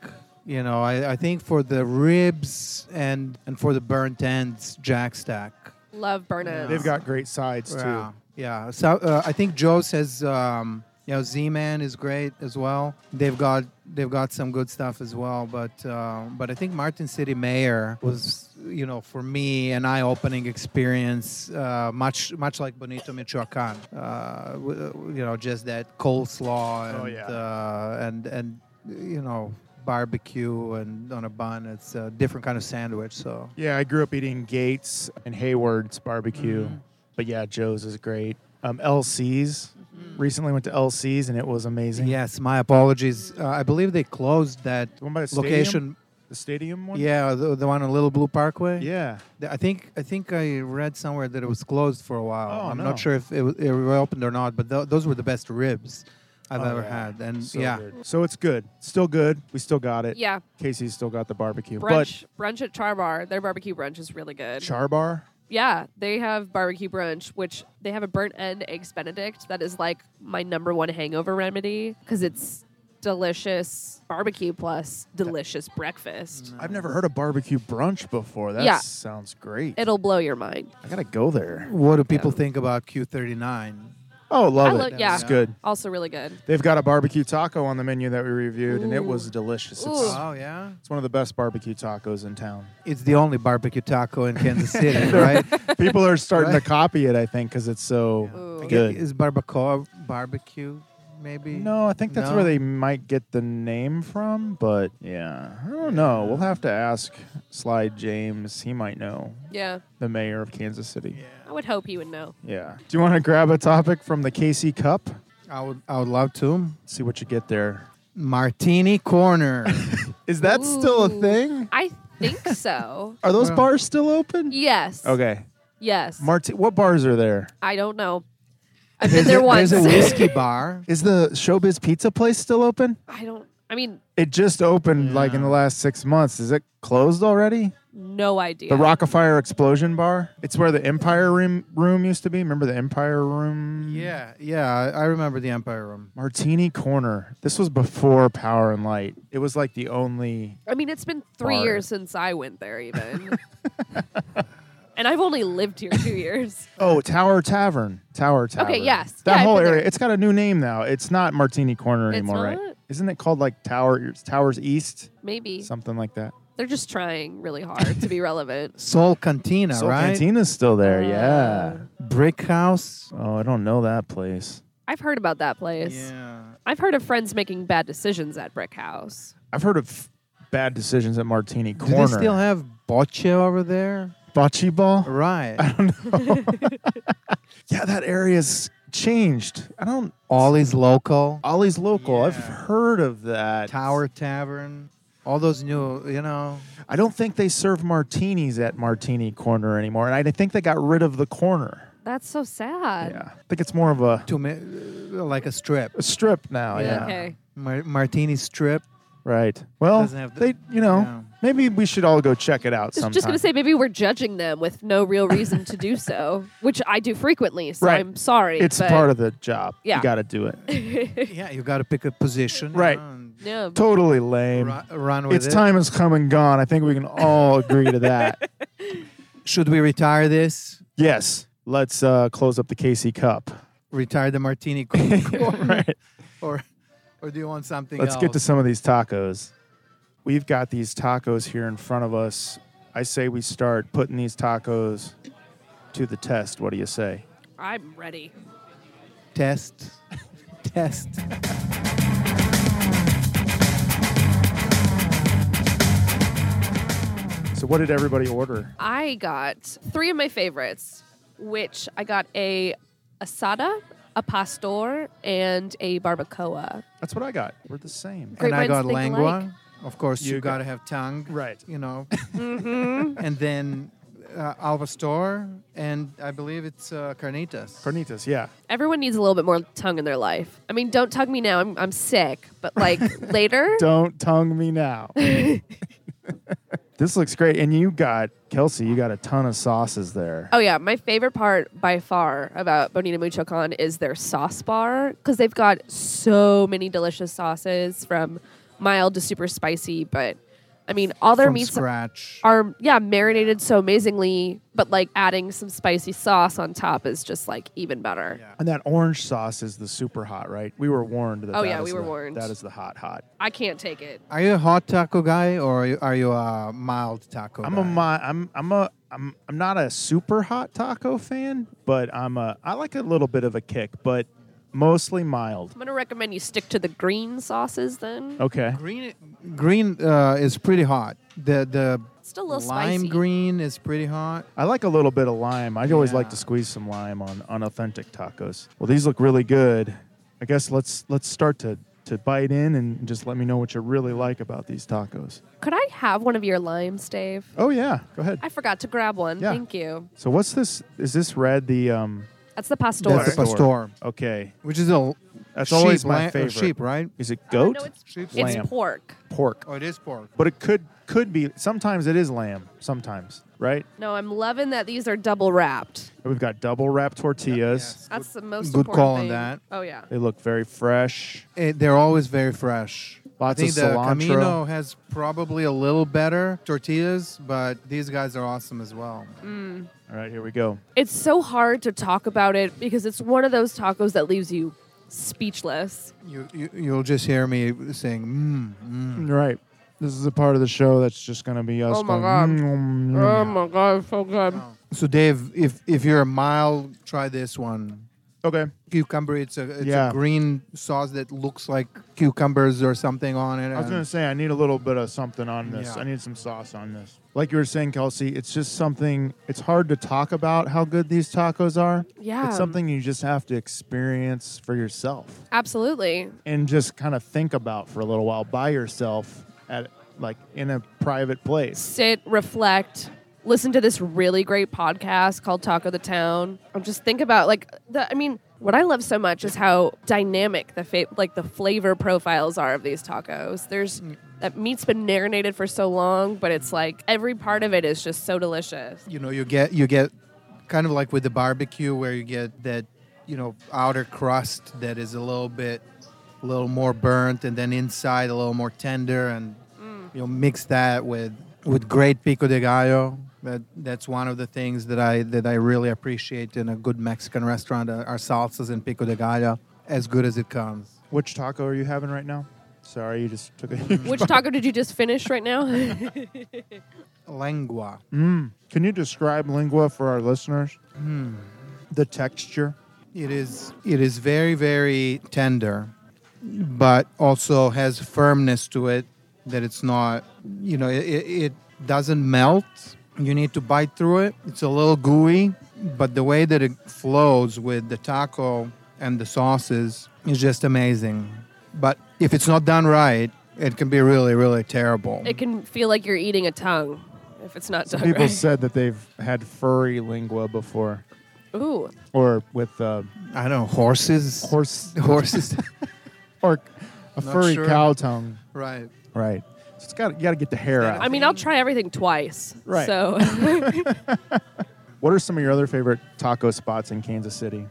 S4: You know, I, I think for the ribs and and for the burnt ends, Jack Stack.
S3: Love Bernard's.
S1: they've got great sides
S4: Yeah,
S1: too.
S4: yeah. So uh, I think Joe says, um, you know, Z-Man is great as well. They've got they've got some good stuff as well. But uh, but I think Martin City Mayor was, you know, for me an eye-opening experience. Uh, much much like Bonito Michoacan, uh, w- uh, you know, just that coleslaw and
S1: Oh, yeah.
S4: uh, and and you know barbecue and on a bun. It's a different kind of sandwich. So
S1: Yeah, I grew up eating Gates and Hayward's barbecue,
S4: Mm-hmm.
S1: but yeah, Joe's is great. Um, LC's
S4: Mm-hmm.
S1: recently went to LC's and it was amazing.
S4: Yes, my apologies. Uh, I believe they closed that
S1: The one by the stadium?
S4: location.
S1: the stadium one.
S4: Yeah, the, the one on Little Blue Parkway.
S1: yeah.
S4: Th- I think I think I read somewhere that it was closed for a while.
S1: Oh,
S4: I'm
S1: no.
S4: not sure if it, w- it reopened or not, but th- those were the best ribs I've
S1: Oh,
S4: ever
S1: yeah.
S4: had. And
S1: So
S4: yeah,
S1: good. So it's good. Still good. We still got it.
S3: Yeah.
S1: Casey's still got the barbecue.
S3: brunch brunch at Char Bar. Their barbecue brunch is really good.
S1: But char bar.
S3: Yeah, they have barbecue brunch, which they have a burnt end eggs benedict that is like my number one hangover remedy because it's delicious barbecue plus delicious breakfast.
S1: I've never heard of barbecue brunch before. That
S3: Yeah.
S1: sounds great.
S3: It'll blow your mind.
S1: I gotta go there.
S4: what do people think about Q39?
S1: Oh, love
S3: I
S1: it.
S3: lo- yeah.
S1: It's good.
S3: Also really good.
S1: They've got a barbecue taco on the menu that we reviewed, and it was delicious. It's,
S4: Oh yeah,
S1: it's one of the best barbecue tacos in town.
S4: it's the only barbecue taco in Kansas City, right?
S1: People are starting
S4: Right.
S1: to copy it, I think, because it's so
S3: Ooh.
S1: good.
S4: Is barbacoa barbecue? Maybe.
S1: No, I think that's
S4: No?
S1: where they might get the name from, but yeah, I don't know. We'll have to ask Slide James. He might know
S3: Yeah,
S1: the mayor of Kansas City. Yeah.
S3: I would hope you would know.
S1: Do you want to grab a topic from the KC Cup?
S4: I would I would love to.
S1: See what you get there.
S4: Martini Corner.
S1: Is that still a
S3: Ooh.
S1: thing?
S3: I think so.
S1: Are those
S4: Well-
S1: bars still open?
S3: Yes.
S1: Okay.
S3: Yes.
S1: Marti- what bars are there?
S3: I don't know. I've been there once.
S4: There's a whiskey bar.
S1: Is the Showbiz Pizza place still open?
S3: I don't. I mean,
S1: It just opened like in the last six months. Is it closed already?
S3: no idea.
S1: The Rockefeller Explosion Bar. It's where the Empire Room room used to be. Remember the Empire Room?
S4: Yeah, yeah, I, I remember the Empire Room.
S1: Martini Corner. This was before Power and Light. It was like the only.
S3: I mean, it's been three
S1: Bar.
S3: years since I went there, even. and I've only lived here two years.
S1: Oh, Tower Tavern. Tower Tavern.
S3: yes.
S1: That
S3: Yeah, I've
S1: whole
S3: been
S1: area.
S3: there.
S1: It's got a new name now. It's not Martini Corner
S3: It's
S1: anymore, right?
S3: not? E
S1: Isn't it called like Tower it's Towers East?
S3: Maybe
S1: Something like that.
S3: they're just trying really hard to be relevant.
S4: Soul Cantina,
S1: Soul
S4: right?
S1: Cantina's still there, yeah.
S4: Brick
S3: Uh.
S4: House.
S1: Oh, I don't know that place.
S3: I've heard about that place. I've heard of friends making bad decisions at Brick House.
S1: I've heard of bad decisions at Martini
S4: Do
S1: Corner.
S4: they still have bocce over there?
S1: bocce ball?
S4: Right.
S1: Yeah, that area's changed. I don't
S4: All is local.
S1: Ollie's local. I've
S4: Yeah.
S1: heard of that.
S4: Tower Tavern. All those new, you know.
S1: I don't think they serve martinis at Martini Corner anymore, and I think they got rid of the corner.
S3: That's so sad.
S1: Yeah, I think it's more of a,
S4: to ma- uh, like a strip,
S1: a strip now.
S4: Yeah.
S1: Yeah,
S3: Okay.
S4: Mar- martini strip.
S1: right. Well,
S4: Doesn't have the-
S1: they, you know,
S4: yeah.
S1: maybe we should all go check it out
S3: I
S1: sometime.
S3: was just gonna say maybe we're judging them with no real reason to do so, which I do frequently. So
S1: Right.
S3: I'm sorry.
S1: it's
S3: but
S1: part of the job.
S3: Yeah.
S1: you got to do it.
S4: yeah, you got to pick a position, you
S1: Right.
S4: know, and
S3: no.
S1: totally lame.
S4: ru- run with
S1: Its
S4: it.
S1: time has come and gone. I think we can all agree to that.
S4: Should we retire this?
S1: Yes, let's uh, close up the Casey Cup.
S4: Retire the martini, co-
S1: right.
S4: or or do you want something?
S1: Let's
S4: else?
S1: get to some of these tacos. We've got these tacos here in front of us. I say we start putting these tacos to the test. What do you say?
S3: I'm ready.
S4: test. test.
S1: So, what did everybody order?
S3: I got three of my favorites, which I got a asada, a pastor, and a barbacoa.
S1: That's what I got. We're the same.
S3: Great
S4: and I
S3: minds
S4: got
S3: think
S4: lengua.
S3: alike.
S4: Of course, you,
S1: You got-
S4: got to have tongue,
S1: Right.
S4: You know,
S3: Mm-hmm.
S4: and then uh, Alva Store, and I believe it's uh, carnitas.
S1: Carnitas, yeah.
S3: Everyone needs a little bit more tongue in their life. I mean, don't tug me now. I'm, I'm sick, but like later.
S1: Don't tongue me now. this looks great. And you got, Kelsey, you got a ton of sauces there.
S3: Oh yeah, my favorite part by far about Bonita Mucho Con is their sauce bar because they've got so many delicious sauces from mild to super spicy. But I mean, all their
S4: from
S3: meats
S4: scratch.
S3: are yeah marinated so amazingly, but like adding some spicy sauce on top is just like even better.
S1: And that orange sauce is the super hot, right? We were warned that.
S3: Oh,
S1: that
S3: yeah,
S1: is
S3: we were
S1: the-
S3: warned.
S1: That is the hot, hot.
S3: I can't take it.
S4: Are you a hot taco guy or are you, are you a mild taco?
S1: I'm
S4: guy?
S1: a mi- I'm I'm a I'm I'm not a super hot taco fan, but I'm a I like a little bit of a kick, but mostly mild.
S3: I'm gonna recommend you stick to the green sauces then.
S1: Okay.
S4: green. Green uh, is pretty hot. The the
S3: Still a little
S4: lime
S3: spicy.
S4: green is pretty hot.
S1: I like a little bit of lime. I always like
S4: Yeah.
S1: to squeeze some lime on unauthentic tacos. Well, these look really good. I guess let's let's start to to bite in and just let me know what you really like about these tacos.
S3: Could I have one of your limes, Dave?
S1: Oh yeah, go ahead.
S3: I forgot to grab one.
S1: Yeah.
S3: Thank you.
S1: So what's this? Is this red? The um.
S3: That's the pastor.
S4: That's the pastor,
S1: Okay,
S4: which is a
S1: that's
S4: sheep,
S1: always my
S4: lamb- or
S1: favorite.
S4: Sheep, right?
S1: Is it
S3: Oh,
S1: goat?
S3: no, it's,
S4: Sheep's
S3: it's
S1: lamb.
S3: pork.
S1: pork.
S4: Oh, it is pork.
S1: but it could could be sometimes it is lamb sometimes right
S3: No, I'm loving that these are double wrapped.
S1: we've got double wrap tortillas
S4: Yes.
S3: That's the most
S4: good
S3: important
S4: call on
S3: thing.
S4: that.
S3: Oh yeah.
S1: they look very fresh
S4: Eh, they're always very fresh.
S1: Lots
S4: I
S1: of
S4: think the
S1: cilantro.
S4: Camino has probably a little better tortillas, but these guys are awesome as well.
S1: all right here we go
S3: It's so hard to talk about it because it's one of those tacos that leaves you speechless.
S4: You, you you'll just hear me saying, mm, mm.
S1: right this is a part of the show that's just gonna be us mm.
S3: Oh my going, God.
S4: Mm.
S3: Oh my god, so good.
S4: So Dave, if if you're a mild, try this one.
S1: okay
S4: Cucumber, it's a it's
S1: Yeah.
S4: a green sauce that looks like cucumbers or something on it.
S1: i was
S4: and-
S1: gonna say i need a little bit of something on this
S4: Yeah.
S1: i need some sauce on this like you were saying kelsey it's just something it's hard to talk about how good these tacos are
S3: Yeah.
S1: it's something you just have to experience for yourself
S3: Absolutely.
S1: and just kind of think about for a little while by yourself at like in a private place.
S3: Sit, reflect, listen to this really great podcast called Taco the Town. I'm just think about like the I mean, what I love so much is how dynamic the fa- like the flavor profiles are of these tacos. There's
S4: Mm.
S3: that meat's been marinated for so long, but it's like every part of it is just so delicious.
S4: you know you get you get kind of like with the barbecue where you get that you know outer crust that is a little bit a little more burnt and then inside a little more tender and you know mix that with with great pico de gallo That that's one of the things that I that I really appreciate in a good Mexican restaurant uh, are salsas and pico de gallo, as good as it comes.
S1: Which taco are you having right now? Sorry, you just took a huge
S3: Which taco did you just finish right now?
S4: Lengua.
S1: Can you describe lingua for our listeners? The texture.
S4: It is it is very very tender, but also has firmness to it that it's not you know it, it doesn't melt. You need to bite through it. It's a little gooey, but the way that it flows with the taco and the sauces is just amazing. But if it's not done right, it can be really really terrible.
S3: it can feel like you're eating a tongue if it's not done
S1: People
S3: right.
S1: said that they've had furry lingua before,
S3: Ooh,
S1: or with uh,
S4: I don't know horses.
S1: horse
S4: horses.
S1: or a
S4: Not
S1: furry
S4: sure.
S1: cow tongue.
S4: right.
S1: Right. So it's got you got to get the hair out.
S3: I mean, I'll try everything twice.
S1: Right.
S3: So
S1: what are some of your other favorite taco spots in Kansas City?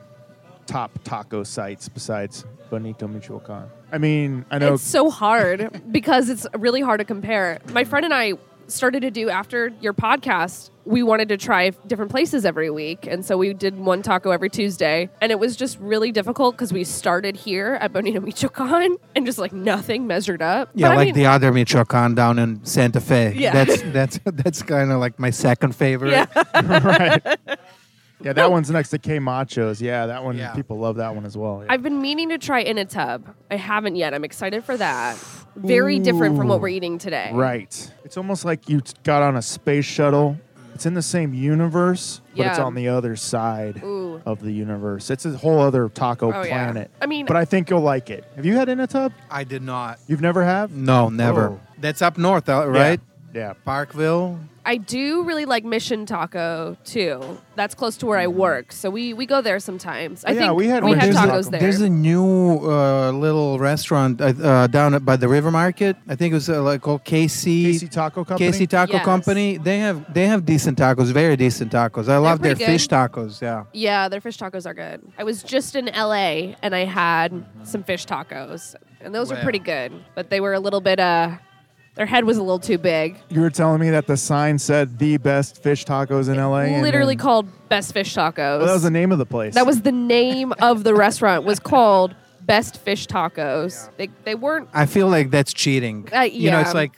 S1: Top taco sites besides Bonito Michoacan. I mean, I know
S3: it's so hard because it's really hard to compare. My friend and I started to do after your podcast. We wanted to try different places every week, and so we did one taco every Tuesday, and it was just really difficult because we started here at Bonito Michoacan and just like nothing measured up.
S4: Yeah,
S3: But I
S4: like
S3: mean-
S4: the other Michoacan down in Santa Fe.
S3: Yeah.
S4: That's that's that's kind of like my second favorite.
S3: Yeah.
S1: right. Yeah, that one's next to K Machos. Yeah, that one
S4: Yeah.
S1: people love that one as well. Yeah.
S3: I've been meaning to try in a tub. I haven't yet. I'm excited for that. Very different from what we're eating today.
S1: Right. It's almost like you t- got on a space shuttle. It's in the same universe, but it's
S3: Yeah.
S1: on the other side
S3: Ooh.
S1: of the universe. It's a whole other taco
S3: Oh, yeah.
S1: planet.
S3: I mean-
S1: but I think you'll like it. Have you had in a tub?
S4: I did not.
S1: You've never have?
S4: No, never.
S1: Oh.
S4: That's up north, uh, right?
S1: Yeah.
S4: Parkville.
S3: I do really like Mission Taco too. That's close to where I work, so we we go there sometimes. I
S1: Yeah,
S3: think
S1: we had one
S3: had
S1: There's
S4: there's
S1: a-
S3: tacos
S4: a,
S3: there.
S4: There's a new uh, little restaurant uh, uh, down at- by the River Market. I think it was uh, like called KC.
S1: Casey Taco Company?
S4: KC Taco
S3: Yes.
S4: Company. They have they have decent tacos, very decent tacos. I love their
S3: pretty
S4: fish
S3: good.
S4: tacos. Yeah.
S3: yeah, their fish tacos are good. I was just in LA and I had some fish tacos, and those were
S4: Wow.
S3: pretty good. But they were a little bit uh, their head was a little too big.
S1: You were telling me that the sign said the best fish tacos in LA. and
S3: Literally
S1: then-
S3: called Best Fish Tacos.
S1: Well, that was the name of the place.
S3: That was the name of the restaurant. Was called Best Fish Tacos. They they weren't
S4: I feel like that's cheating.
S3: Uh,
S4: You know,
S3: yeah.
S4: it's like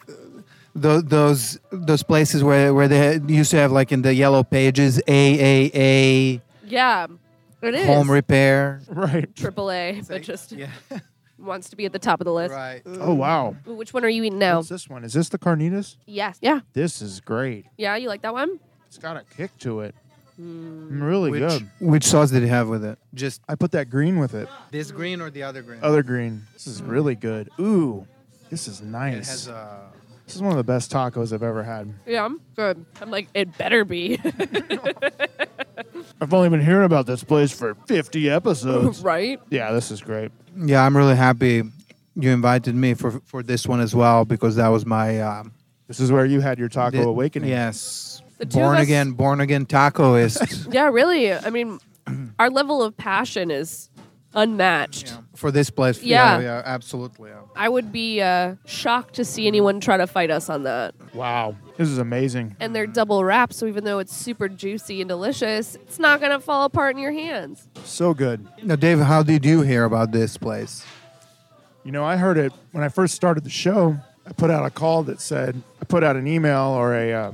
S4: those those those places where where they used to have like in the yellow pages AAA
S3: Yeah, it is.
S4: home repair.
S1: right.
S3: Triple A, but just wants to be at the top of the list.
S4: right.
S1: Oh wow.
S3: Ooh, Which one are you eating now?
S1: What's this one? Is this the carnitas?
S3: Yes. Yeah.
S1: This is great.
S3: Yeah. You like that one?
S1: It's got a kick to it.
S3: Hmm.
S1: Mm, really
S4: Which,
S1: good.
S4: which sauce did you have with it? Just
S1: I put that green with it.
S4: this green or the other green?
S1: Other green. This
S3: Hmm.
S1: is really good. Ooh, this is nice.
S4: a
S1: this is one of the best tacos I've ever had.
S3: Yeah. I'm good. I'm like, it better be.
S1: I've only been hearing about this place for 50 episodes.
S3: right?
S1: Yeah, this is great.
S4: yeah. I'm really happy you invited me for for this one as well because that was my um,
S1: This is where you had your taco
S4: thi-
S1: awakening.
S4: Yes.
S3: The two of
S4: Born
S3: us-
S4: again, born again tacoist.
S3: Yeah, really. I mean, our level of passion is unmatched.
S4: for this place.
S3: Yeah.
S4: yeah, absolutely. yeah.
S3: I would be uh, shocked to see anyone try to fight us on that.
S1: Wow. This is amazing.
S3: And they're double wrapped, so even though it's super juicy and delicious, it's not gonna fall apart in your hands.
S1: So good.
S4: Now, Dave, how did you hear about this place?
S1: You know, I heard it when I first started the show. I put out a call that said, I put out an email or a, uh,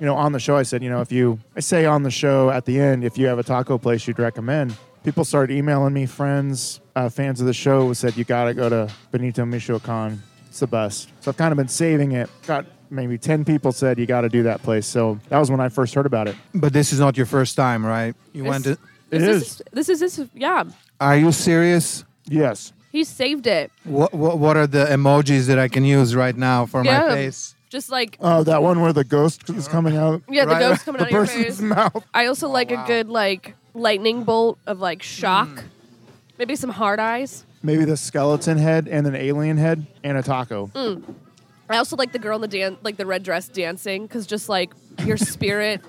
S1: you know, on the show. I said, you know, if you, I say on the show at the end, if you have a taco place you'd recommend, people started emailing me, friends, uh, fans of the show who said, you got to go to Benito Michoacan. It's the best. So I've kind of been saving it. Got maybe 10 people said, you got to do that place. So that was when I first heard about it.
S4: But this is not your first time, right? You went.
S3: This-
S4: To,
S1: It
S3: this
S1: is.
S3: This is this. is- Yeah,
S4: are you serious?
S1: Yes.
S3: he saved it.
S4: What, what What are the emojis that I can use right now for
S3: yeah,
S4: my face?
S3: just like
S1: Oh, that one where the ghost is coming out.
S3: Yeah, the
S4: Right.
S3: ghost coming
S1: The
S3: out of your
S1: person's
S3: face.
S1: mouth.
S3: I also
S1: Oh,
S3: like a
S4: wow.
S3: good like lightning bolt of like shock.
S1: Mm.
S3: Maybe some hard eyes.
S1: Maybe the skeleton head and an alien head and a taco.
S3: I also like the girl in the dan- like the red dress dancing cuz just like your spirit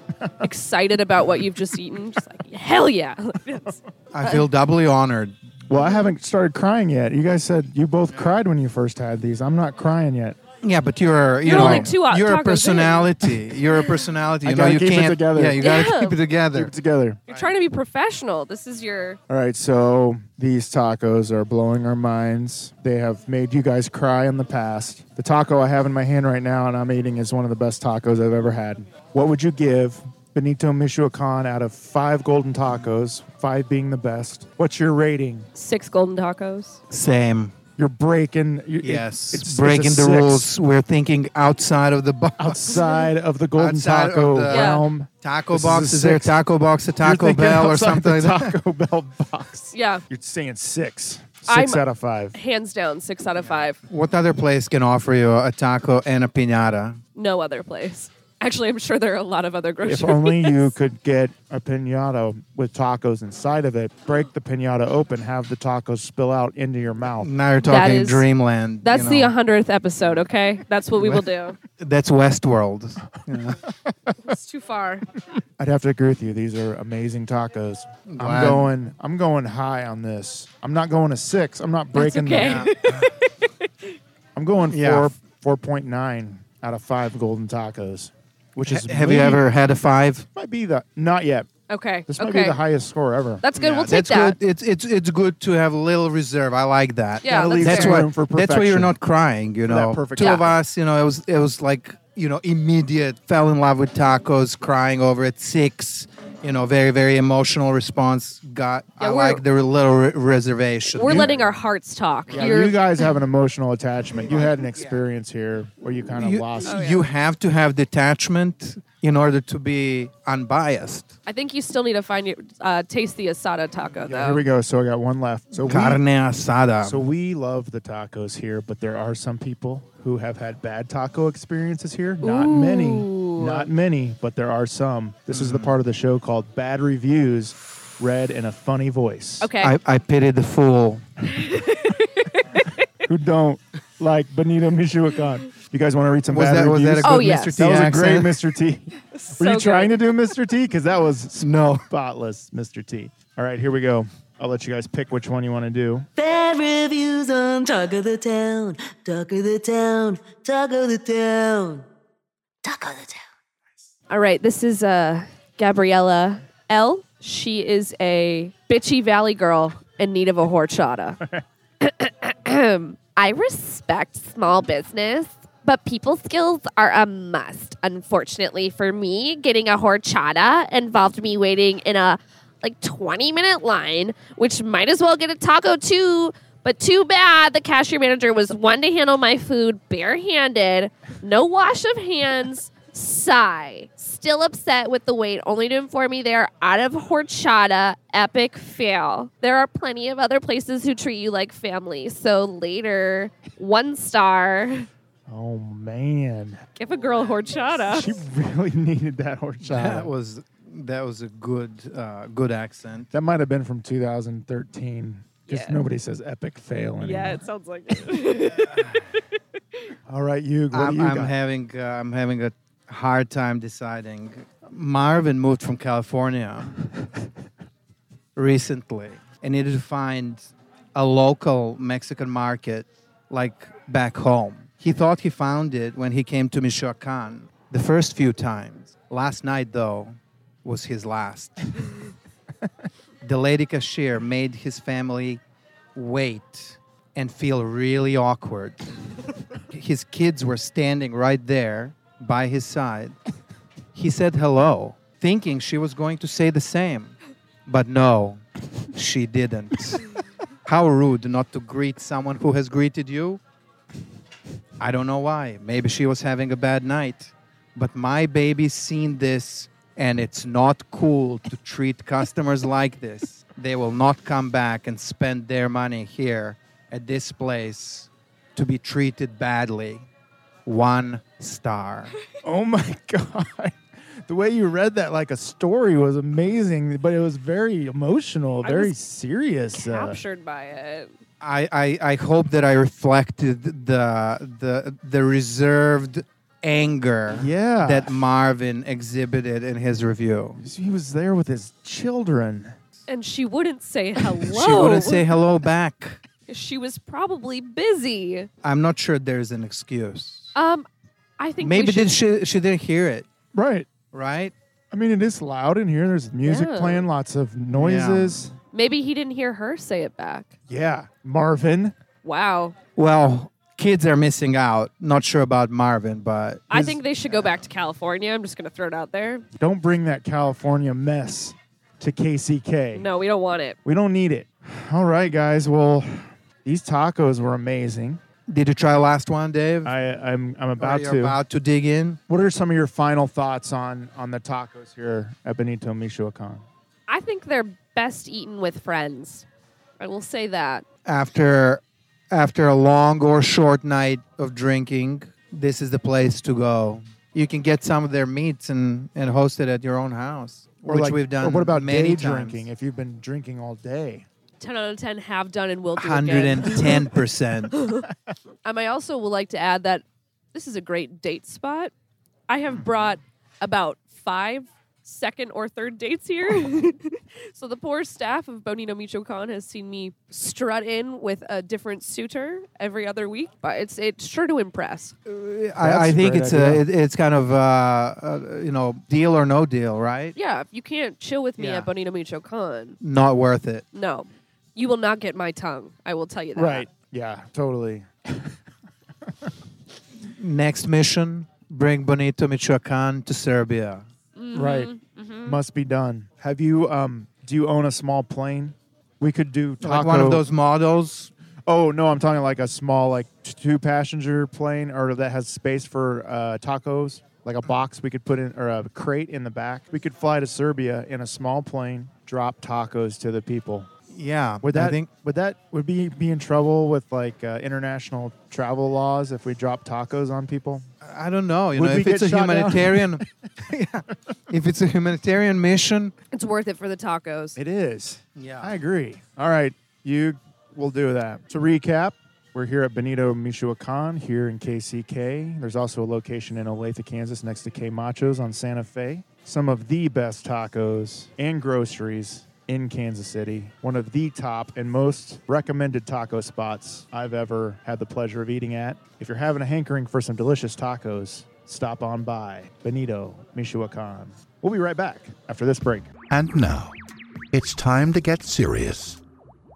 S3: excited about what you've just eaten just like hell yeah.
S4: I feel doubly honored.
S1: Well, I haven't started crying yet. You guys said you both cried when you first had these. I'm not crying yet.
S4: Yeah, but you're you
S3: You're
S4: know
S3: only two out-
S4: you're
S3: tacos
S4: a
S3: in.
S4: personality. You're a personality.
S1: I
S4: You know
S1: gotta
S4: you
S1: keep it
S4: can't.
S1: together.
S4: Yeah, you gotta
S3: Yeah.
S4: keep it
S1: Keep
S4: together.
S1: it together.
S3: You're trying to be professional. This is your
S1: All right, so these tacos are blowing our minds. They have made you guys cry in the past. The taco I have in my hand right now and I'm eating is one of the best tacos I've ever had. What would you give Benito Michoacan out of five golden tacos, five being the best? What's your rating?
S3: six golden tacos.
S4: Same.
S1: You're breaking. You, it-
S4: Yes,
S1: it's- it's a
S4: breaking the
S1: six
S4: rules. We're thinking outside of the box.
S1: Outside of the golden
S4: Outside of
S1: taco
S4: the- Yeah.
S1: realm.
S4: Taco
S1: This is a
S4: box is there?
S1: six.
S4: Taco box, a
S1: You're
S4: Taco
S1: thinking
S4: Bell, or
S1: outside
S4: something like
S1: the
S4: that.
S1: Taco Bell box.
S3: Yeah,
S1: You're saying six.
S3: I'm-
S1: 6 out of five.
S3: hands down, six out of five.
S4: What other place can offer you a taco and a piñata?
S3: No other place. Actually, I'm sure there are a lot of other groceries.
S1: If only you could get a pinata with tacos inside of it, break the pinata open, have the tacos spill out into your mouth.
S4: Now you're talking
S3: is-
S4: dreamland. you
S3: That's
S4: know.
S3: the hundredth episode. Okay, that's what we will do.
S4: That's Westworld.
S3: It's too far.
S1: I'd have to agree with you. These are amazing tacos. I'm
S4: Glad.
S1: going. I'm going high on this. I'm not going to six. I'm not breaking
S3: okay.
S1: the. I'm going
S4: Yeah.
S1: four four point nine out of five golden tacos, which is
S4: Have you
S1: maybe-
S4: ever had a five?
S1: might be the not yet.
S3: Okay.
S1: This might be
S3: okay.
S1: the highest score ever.
S3: that's good.
S4: Yeah,
S3: we'll take
S4: that's
S3: that.
S4: Good. It's it's it's good to have a little reserve. I like that.
S3: Yeah,
S1: leave
S3: that's
S4: that's
S1: some
S3: fair.
S4: why.
S1: room for
S4: That's why you're
S1: perfection.
S4: not crying. You
S1: For that
S4: know,
S1: perfect
S4: two of
S3: Yeah.
S4: us. You know, it was it was like you know immediate. Fell in love with tacos, crying over it. Six. You know, very very emotional response. Got
S3: Yeah,
S4: I
S3: we're-
S4: like the little re- reservation.
S3: We're
S4: You-
S3: letting our hearts talk.
S1: Yeah,
S3: You're,
S1: you guys have an emotional attachment. You had an experience here where you kind of
S4: you,
S1: lost.
S4: you have to have detachment in order to be unbiased.
S3: I think you still need to find your uh, taste the asada taco though.
S1: Here we go. So I got one left. So we,
S4: Carne asada.
S1: So we love the tacos here, but there are some people who have had bad taco experiences here. Not many,
S3: Ooh. Mm.
S1: not many, but there are some. This is the part of the show called Bad Reviews, read in a funny voice.
S3: Okay.
S4: I, I pity the fool.
S1: Who don't like Benito Michoacan. You guys want to read some
S4: Was
S1: bad
S4: that was
S1: reviews?
S4: that a good
S3: Oh, yes.
S4: Mr. T
S1: That was a great
S4: accent?
S1: Mr. T. Were you
S3: good.
S1: trying to do Mr. T? Because that was
S4: No.
S1: spotless, Mr. T. All right, here we go. I'll let you guys pick which one you want to do.
S6: Bad reviews on Talk of the Town, Talk of the Town, Talk of the Town, Talk of the Town.
S3: All right, this is uh, Gabriella L. She is a bitchy valley girl in need of a horchata. I respect small business, but people skills are a must. Unfortunately for me, getting a horchata involved me waiting in a like 20 minute line, which might as well get a taco too. But too bad the cashier manager was one to handle my food barehanded, no wash of hands. Sigh. Still upset with the wait, only to inform me they are out of horchata. Epic fail. There are plenty of other places who treat you like family. So later, one star.
S1: Oh man,
S3: Give a girl horchata.
S1: she really needed that horchata.
S4: That was that was a good uh, good accent.
S1: That might have been from 2013 because
S3: Yeah.
S1: nobody says epic fail anymore.
S3: Yeah, it sounds like it.
S1: All right, you. What do
S4: I'm,
S1: you
S4: I'm
S1: got?
S4: having uh, I'm having a hard time deciding. Marvin moved from California recently and needed to find a local Mexican market like back home. He thought he found it when he came to Michoacan the first few times. Last night though was his last. the lady cashier made his family wait and feel really awkward. his kids were standing right there by his side. He said hello, thinking she was going to say the same. But no, she didn't. How rude not to greet someone who has greeted you. I don't know why. Maybe she was having a bad night. But my baby's seen this, and it's not cool to treat customers like this. They will not come back and spend their money here at this place to be treated badly. One star.
S1: oh my god. The way you read that like a story was amazing, but it was very emotional, very
S3: was
S1: serious. uh,
S3: Captured by it.
S4: I, I, I hope that I reflected the the the reserved anger
S1: Yeah.
S4: that Marvin exhibited in his review.
S1: he was there with his children.
S3: And she wouldn't say hello.
S4: She wouldn't say hello back.
S3: She was probably busy.
S4: I'm not sure there's an excuse.
S3: Um, I think we
S4: Maybe
S3: should-
S4: did she she didn't hear it,
S1: Right.
S4: right?
S1: I mean, it is loud in here. There's music
S3: Yeah.
S1: playing, lots of noises.
S3: maybe he didn't hear her say it back.
S1: Yeah. Marvin.
S3: Wow.
S4: Well, kids are missing out. Not sure about Marvin, but
S3: I
S1: His-
S3: think they should go back to California. I'm just going to throw it out there.
S1: Don't bring that California mess to KCK.
S3: No, we don't want it.
S1: We don't need it. All right, guys. Well, these tacos were amazing.
S4: did you try last one, Dave?
S1: I, I'm I'm
S4: Or
S1: about
S4: you're
S1: to.
S4: about to dig in.
S1: what are some of your final thoughts on on the tacos here at Benito Michoacan?
S3: I think they're best eaten with friends. I will say that.
S4: after after a long or short night of drinking, this is the place to go. You can get some of their meats and and host it at your own house,
S1: Or
S4: which
S1: like-
S4: we've done.
S1: Or what about
S4: many
S1: day
S4: times.
S1: drinking? If you've been drinking all day,
S3: 10 out of 10 have done and will do
S4: Hundred
S3: again.
S4: and ten percent.
S3: Um, I also would like to add that this is a great date spot. I have brought about five second or third dates here. so the poor staff of Bonino Michoacan has seen me strut in with a different suitor every other week, but it's it's sure to impress.
S4: I, I
S1: a
S4: think
S1: great
S4: it's
S1: idea.
S4: a it, it's kind of uh, uh, you know deal or no deal, right?
S3: Yeah, if you can't chill with me
S4: Yeah.
S3: at Bonino Michoacan,
S4: Not worth it.
S3: no. You will not get my tongue. I will tell you that.
S1: right? Yeah, totally.
S4: Next mission: bring Bonito Michoacan to Serbia.
S1: Right, must be done. Have you? Um, do you own a small plane? We could do taco.
S4: Like one of those models.
S1: Oh no, I'm talking like a small, like two passenger plane, or that has space for uh, tacos, like a box we could put in, or a crate in the back. We could fly to Serbia in a small plane, drop tacos to the people.
S4: Yeah,
S1: Would that
S4: I think
S1: would that would be be in trouble with like uh, international travel laws if we drop tacos on people?
S4: I don't know. You
S1: Would
S4: know,
S1: we
S4: if it's a
S1: get shot down?
S4: humanitarian, Yeah. if it's a humanitarian mission,
S3: It's worth it for the tacos.
S1: It is.
S4: Yeah.
S1: I agree. All right, you will do that. To recap, we're here at Benito Michoacan here in KCK. There's also a location in Olathe, Kansas, next to K Machos on Santa Fe. Some of the best tacos and groceries in Kansas City. One of the top and most recommended taco spots I've ever had the pleasure of eating at. If you're having a hankering for some delicious tacos, stop on by Benito Michoacan. We'll be right back after this break.
S2: And now, it's time to get serious.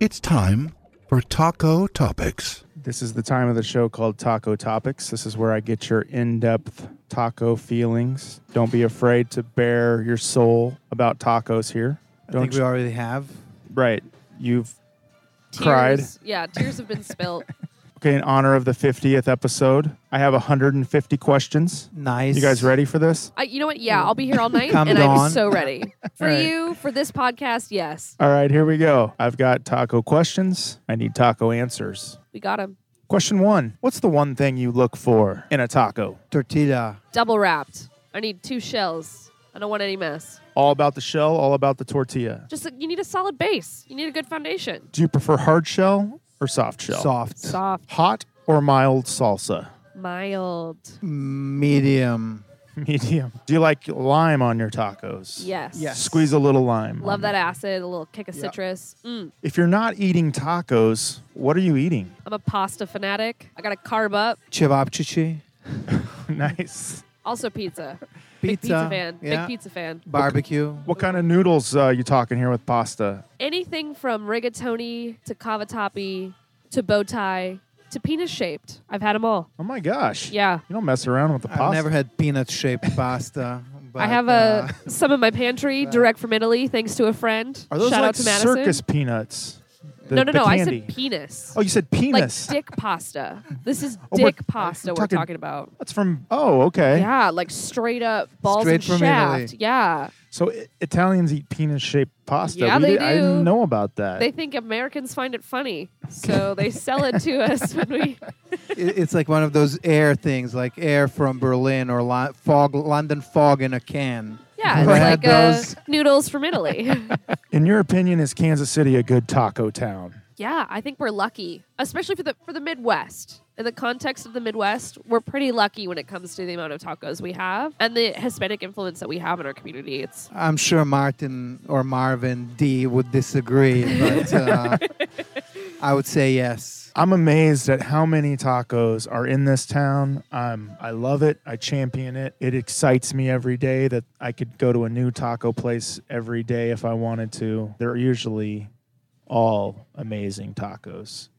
S2: It's time for Taco Topics.
S1: This is the time of the show called Taco Topics. This is where I get your in depth taco feelings. Don't be afraid to bare your soul about tacos here.
S4: I
S1: Don't
S4: think we already have.
S1: you- right. You've
S3: Tears.
S1: cried.
S3: Yeah, tears have been spilt.
S1: okay in honor of the 50th episode. I have 150 questions.
S4: Nice.
S1: You guys ready for this?
S3: I, you know what? Yeah, I'll be here all night,
S4: Come
S3: and
S4: on.
S3: I'm so ready for
S1: right.
S3: you for this podcast. Yes,
S1: All right, here we go. I've got taco questions. I need taco answers.
S3: we got him
S1: Question one What's the one thing you look for in a taco?
S4: Tortilla.
S3: double wrapped. I need two shells. I don't want any mess.
S1: All about the shell, all about the tortilla.
S3: Just you need a solid base. You need a good foundation.
S1: Do you prefer hard shell or soft shell?
S4: Soft.
S3: Soft,
S1: Hot or mild salsa?
S3: mild.
S1: Mm.
S4: Medium.
S1: Medium. Do you like lime on your tacos?
S3: Yes.
S4: Yes.
S1: Squeeze a little lime.
S3: Love
S1: on
S3: that
S1: it.
S3: acid. A little kick of citrus. Mm,
S1: If you're not eating tacos, what are you eating?
S3: I'm a pasta fanatic. I got to carb up.
S4: Cevapcici.
S1: nice.
S3: Also pizza. Big
S4: Pizza.
S1: uh,
S3: pizza fan.
S4: Yeah.
S3: Big pizza fan.
S4: Barbecue.
S1: What kind of noodles uh, you talking here with pasta?
S3: Anything from rigatoni to cavatappi to bow tie to penis shaped. I've had them all.
S1: Oh my gosh.
S3: Yeah.
S1: You don't mess around with the pasta.
S4: I've never had peanut shaped pasta. But,
S3: I have
S4: uh,
S3: uh, some in my pantry, direct from Italy, thanks to a friend.
S1: Are those
S3: Shout
S1: like
S3: out to Madison.
S1: circus peanuts? The-
S3: no, no,
S1: the
S3: no. I
S1: Candy.
S3: said penis.
S1: Oh, you said
S3: like
S1: penis.
S3: dick pasta. This is
S1: Oh, we're-
S3: dick pasta
S1: we're
S3: we're
S1: talking-
S3: talking, about.
S1: That's from. Oh, okay.
S3: Yeah, like straight up balls
S4: Straight
S3: and
S4: from
S3: shaft.
S4: Italy.
S3: Yeah,
S1: So I- Italians eat penis-shaped pasta.
S3: Yeah,
S1: We
S3: they
S1: did- I didn't
S3: do.
S1: know about that.
S3: they think Americans find it funny, so they sell it to us when we.
S4: i- it's like one of those air things, like air from Berlin or Lo- fog, London fog in a can.
S3: Yeah, it's
S4: Never had
S3: like uh,
S4: those.
S3: noodles from Italy.
S1: In your opinion, is Kansas City a good taco town?
S3: yeah, I think we're lucky, especially for the for the Midwest. In the context of the Midwest, we're pretty lucky when it comes to the amount of tacos we have and the Hispanic influence that we have in our community. It's
S4: I'm sure Martin or Marvin D would disagree, but uh, I would say yes.
S1: I'm amazed at how many tacos are in this town. Um, I love it. I champion it. It excites me every day that I could go to a new taco place every day if I wanted to. They're usually all amazing tacos,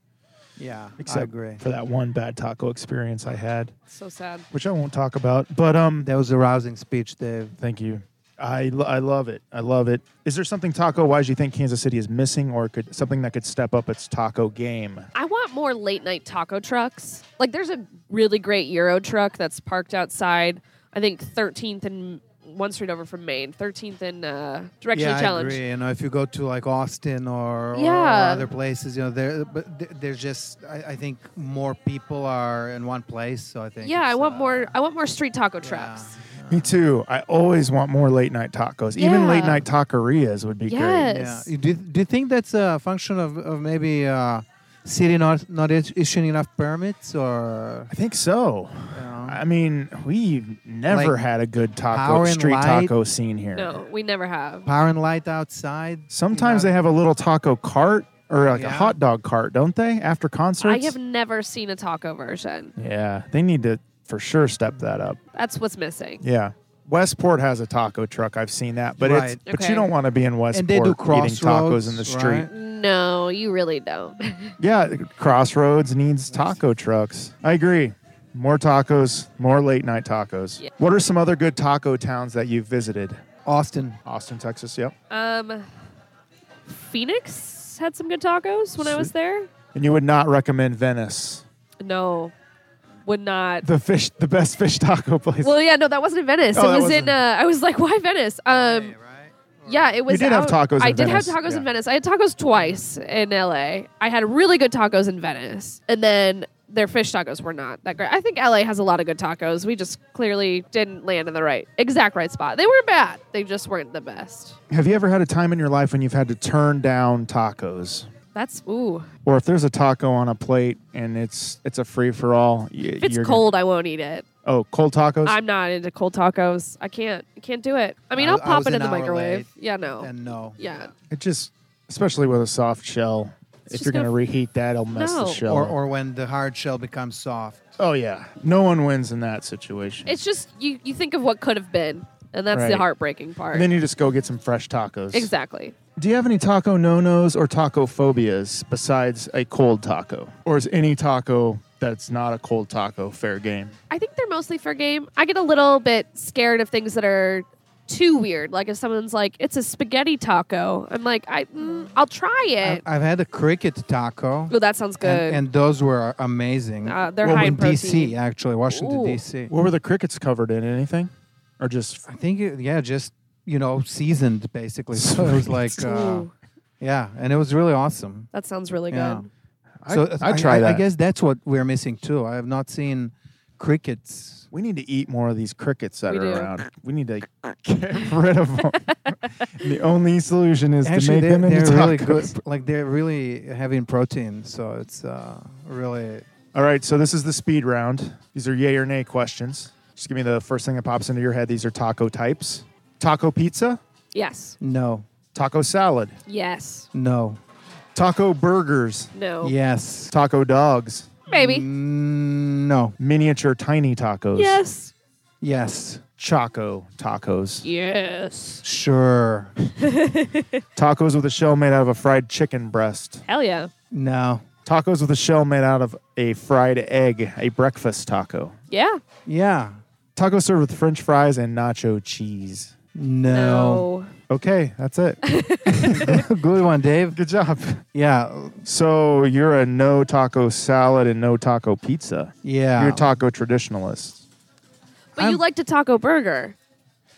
S4: Yeah,
S1: except
S4: I agree.
S1: for that one bad taco experience I had,
S3: So sad.
S1: which I won't talk about. But um,
S4: That was a rousing speech, Dave.
S1: thank you. I, lo- I love it. I love it. Is there something taco wise you think Kansas City is missing, or could something that could step up its taco game?
S3: I want more late night taco trucks. Like there's a really great Euro truck that's parked outside. I think 13th and one street over from Maine. 13th and uh, Directional
S4: yeah,
S3: Challenge.
S4: I agree. You know, if you go to like Austin or, or
S3: Yeah.
S4: other places, you know, there, but th- there's just, I, I think more people are in one place. So I think.
S3: Yeah, I
S4: it's,
S3: want
S4: uh,
S3: more. I want more street taco
S4: yeah.
S3: trucks.
S1: Me too. I always want more late night tacos. Even
S3: Yeah.
S1: late night tacorias would be great.
S4: Yeah.
S3: Yes.
S4: You- Do, do you think that's a function of, of maybe uh, city not not is- issuing enough permits or
S1: I think so.
S4: you know,
S1: I mean, we never
S4: Like
S1: had a good taco
S4: power and
S1: street
S4: light?
S1: taco scene here.
S3: No, we never have.
S4: power and light outside?
S1: Sometimes
S4: you
S1: they
S4: know?
S1: have a little taco cart or like a
S4: Yeah.
S1: hot dog cart, don't they? After concerts.
S3: I have never seen a taco version.
S1: yeah, they need to for sure step that up.
S3: That's what's missing.
S1: Yeah. Westport has a taco truck. I've seen that, but it's
S4: Right.
S1: but
S3: Okay.
S1: you don't want to be in Westport
S4: and they do
S1: eating tacos
S4: crossroads
S1: in the
S4: right?
S1: street.
S3: No, you really don't.
S1: Yeah, Crossroads needs taco trucks. I agree. More tacos, more late night tacos.
S3: Yeah.
S1: What are some other good taco towns that you've visited?
S4: Austin.
S1: Austin, Texas, yep.
S3: um, Phoenix had some good tacos when I was there.
S1: And you would not recommend Venice,
S3: No, would not.
S1: the fish, the best fish taco place.
S3: Well, yeah, no, that wasn't in Venice.
S1: Oh,
S3: it
S1: that
S3: was in.
S1: wasn't-
S3: Uh, I was like, why Venice? Um, yeah, it was.
S1: did have
S3: out-
S1: tacos
S3: I
S1: in
S3: did have
S1: Venice,
S3: tacos
S1: yeah.
S3: in Venice. I had tacos twice in L.A. I had really good tacos in Venice, and then their fish tacos were not that great. I think L.A. has a lot of good tacos. We just clearly didn't land in the right exact right spot. They were bad. They just weren't the best.
S1: Have you ever had a time in your life when you've had to turn down tacos?
S3: That's ooh.
S1: Or if there's a taco on a plate and it's it's a free for all,
S3: If it's cold, I won't eat it.
S1: oh, cold tacos.
S3: I'm not into cold tacos. I can't. I can't do it. I mean,
S4: I-
S3: I'll
S4: I
S3: pop
S4: was
S3: it in
S4: an
S3: the
S4: hour
S3: microwave.
S4: late,
S3: Yeah, no.
S4: And no.
S3: Oh. yeah.
S1: it just, especially with a soft shell. if
S3: just
S1: you're gonna
S3: gonna-
S1: reheat that, it'll mess
S3: No.
S1: the shell.
S4: Or
S1: up.
S4: or when the hard shell becomes soft.
S1: Oh yeah, no one wins in that situation.
S3: It's just you. You think of what could have been, and that's
S1: Right.
S3: the heartbreaking part.
S1: and then you just go get some fresh tacos.
S3: Exactly.
S1: Do you have any taco no-nos or taco phobias besides a cold taco, or is any taco that's not a cold taco fair game?
S3: I think they're mostly for game. I get a little bit scared of things that are too weird. Like if someone's like, "It's a spaghetti taco," I'm like, "I, mm, I'll try
S4: I-
S3: it."
S4: I've had a cricket taco.
S3: oh, that sounds good.
S4: And, and those were amazing.
S3: Uh, they're
S4: well,
S3: high
S4: in
S3: in protein.
S4: DC actually, Washington
S3: Ooh.
S4: DC.
S1: What were the crickets covered in? Anything, or just
S4: I think it, yeah, just you know, seasoned basically. So it was like uh,
S3: Ooh,
S4: yeah, and it was really awesome.
S3: that sounds really
S4: yeah.
S3: good.
S1: so I, try that.
S4: I guess that's what we're missing too. I have not seen crickets.
S1: we need to eat more of these crickets that
S3: We
S1: are
S3: do.
S1: around. We need to get rid of them. the only solution is
S4: Actually,
S1: to make
S4: they're,
S1: them into
S4: they're really
S1: tacos.
S4: good. Like they're really heavy in protein, so it's uh, really
S1: All right, so this is the speed round. These are yay or nay questions. Just give me the first thing that pops into your head. These are taco types taco pizza,
S3: Yes.
S4: no,
S1: taco salad,
S3: Yes.
S4: no,
S1: taco burgers,
S3: No.
S4: yes,
S1: taco dogs,
S3: Maybe.
S4: Mm, no,
S1: miniature tiny tacos,
S3: Yes.
S4: yes,
S1: choco tacos,
S3: Yes.
S4: sure,
S1: tacos with a shell made out of a fried chicken breast,
S3: Hell yeah.
S4: no,
S1: tacos with a shell made out of a fried egg, a breakfast taco,
S3: Yeah.
S4: yeah,
S1: taco served with french fries and nacho cheese.
S4: no.
S1: Okay, that's it.
S4: Good one, Dave.
S1: Good job.
S4: Yeah,
S1: So you're a no taco salad and no taco pizza.
S4: yeah.
S1: You're a taco traditionalist.
S3: But you
S4: I'm-
S3: liked a taco burger.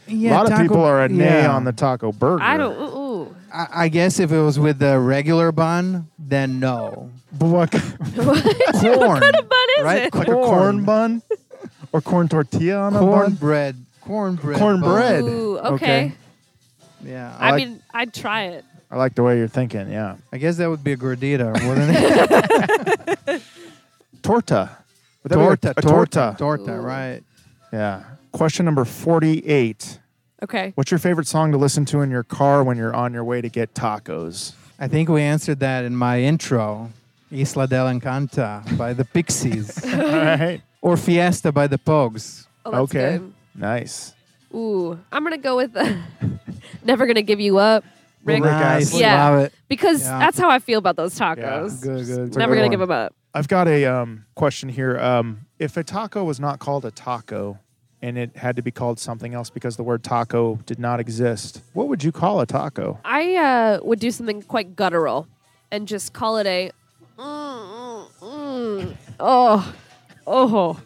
S4: Yeah,
S1: a lot
S4: taco-
S1: of people are a nay
S4: yeah.
S1: on the taco burger.
S3: I don't. Ooh.
S4: I, I guess if it was with the regular bun, then no.
S1: But what,
S3: ooh. what
S4: Corn,
S3: kind of bun is
S4: right?
S3: it?
S1: like a corn bun or corn tortilla on a bun?
S4: cornbread, cornbread,
S1: Cornbread.
S4: bun.
S3: Ooh. Okay.
S1: Okay.
S4: Yeah,
S3: I,
S4: I,
S1: like-
S3: mean, I'd try it.
S1: I like the way you're thinking. Yeah,
S4: I guess that would be a gordita, wouldn't it?
S1: torta. Would that be
S4: torta,
S1: a, a
S4: torta,
S1: torta.
S4: torta,
S3: Ooh.
S4: right?
S1: yeah. Question number forty-eight.
S3: Okay.
S1: What's your favorite song to listen to in your car when you're on your way to get tacos?
S4: I think we answered that in my intro. Isla del Encanta by the Pixies
S1: All right.
S4: or Fiesta by the Pogues.
S3: Oh, that's
S1: Okay.
S3: good.
S1: Nice.
S3: Ooh, I'm gonna go with uh, "Never Gonna Give You Up." Rick,
S4: nice,
S3: Astley. Yeah.
S4: love it.
S3: because
S4: Yeah.
S3: that's how I feel about those tacos.
S1: Good, good.
S3: Never gonna give them up.
S1: I've got a um, question here. Um, if a taco was not called a taco and it had to be called something else because the word taco did not exist, what would you call a taco?
S3: I uh, would do something quite guttural and just call it a. Mm, mm, mm. Oh, oh,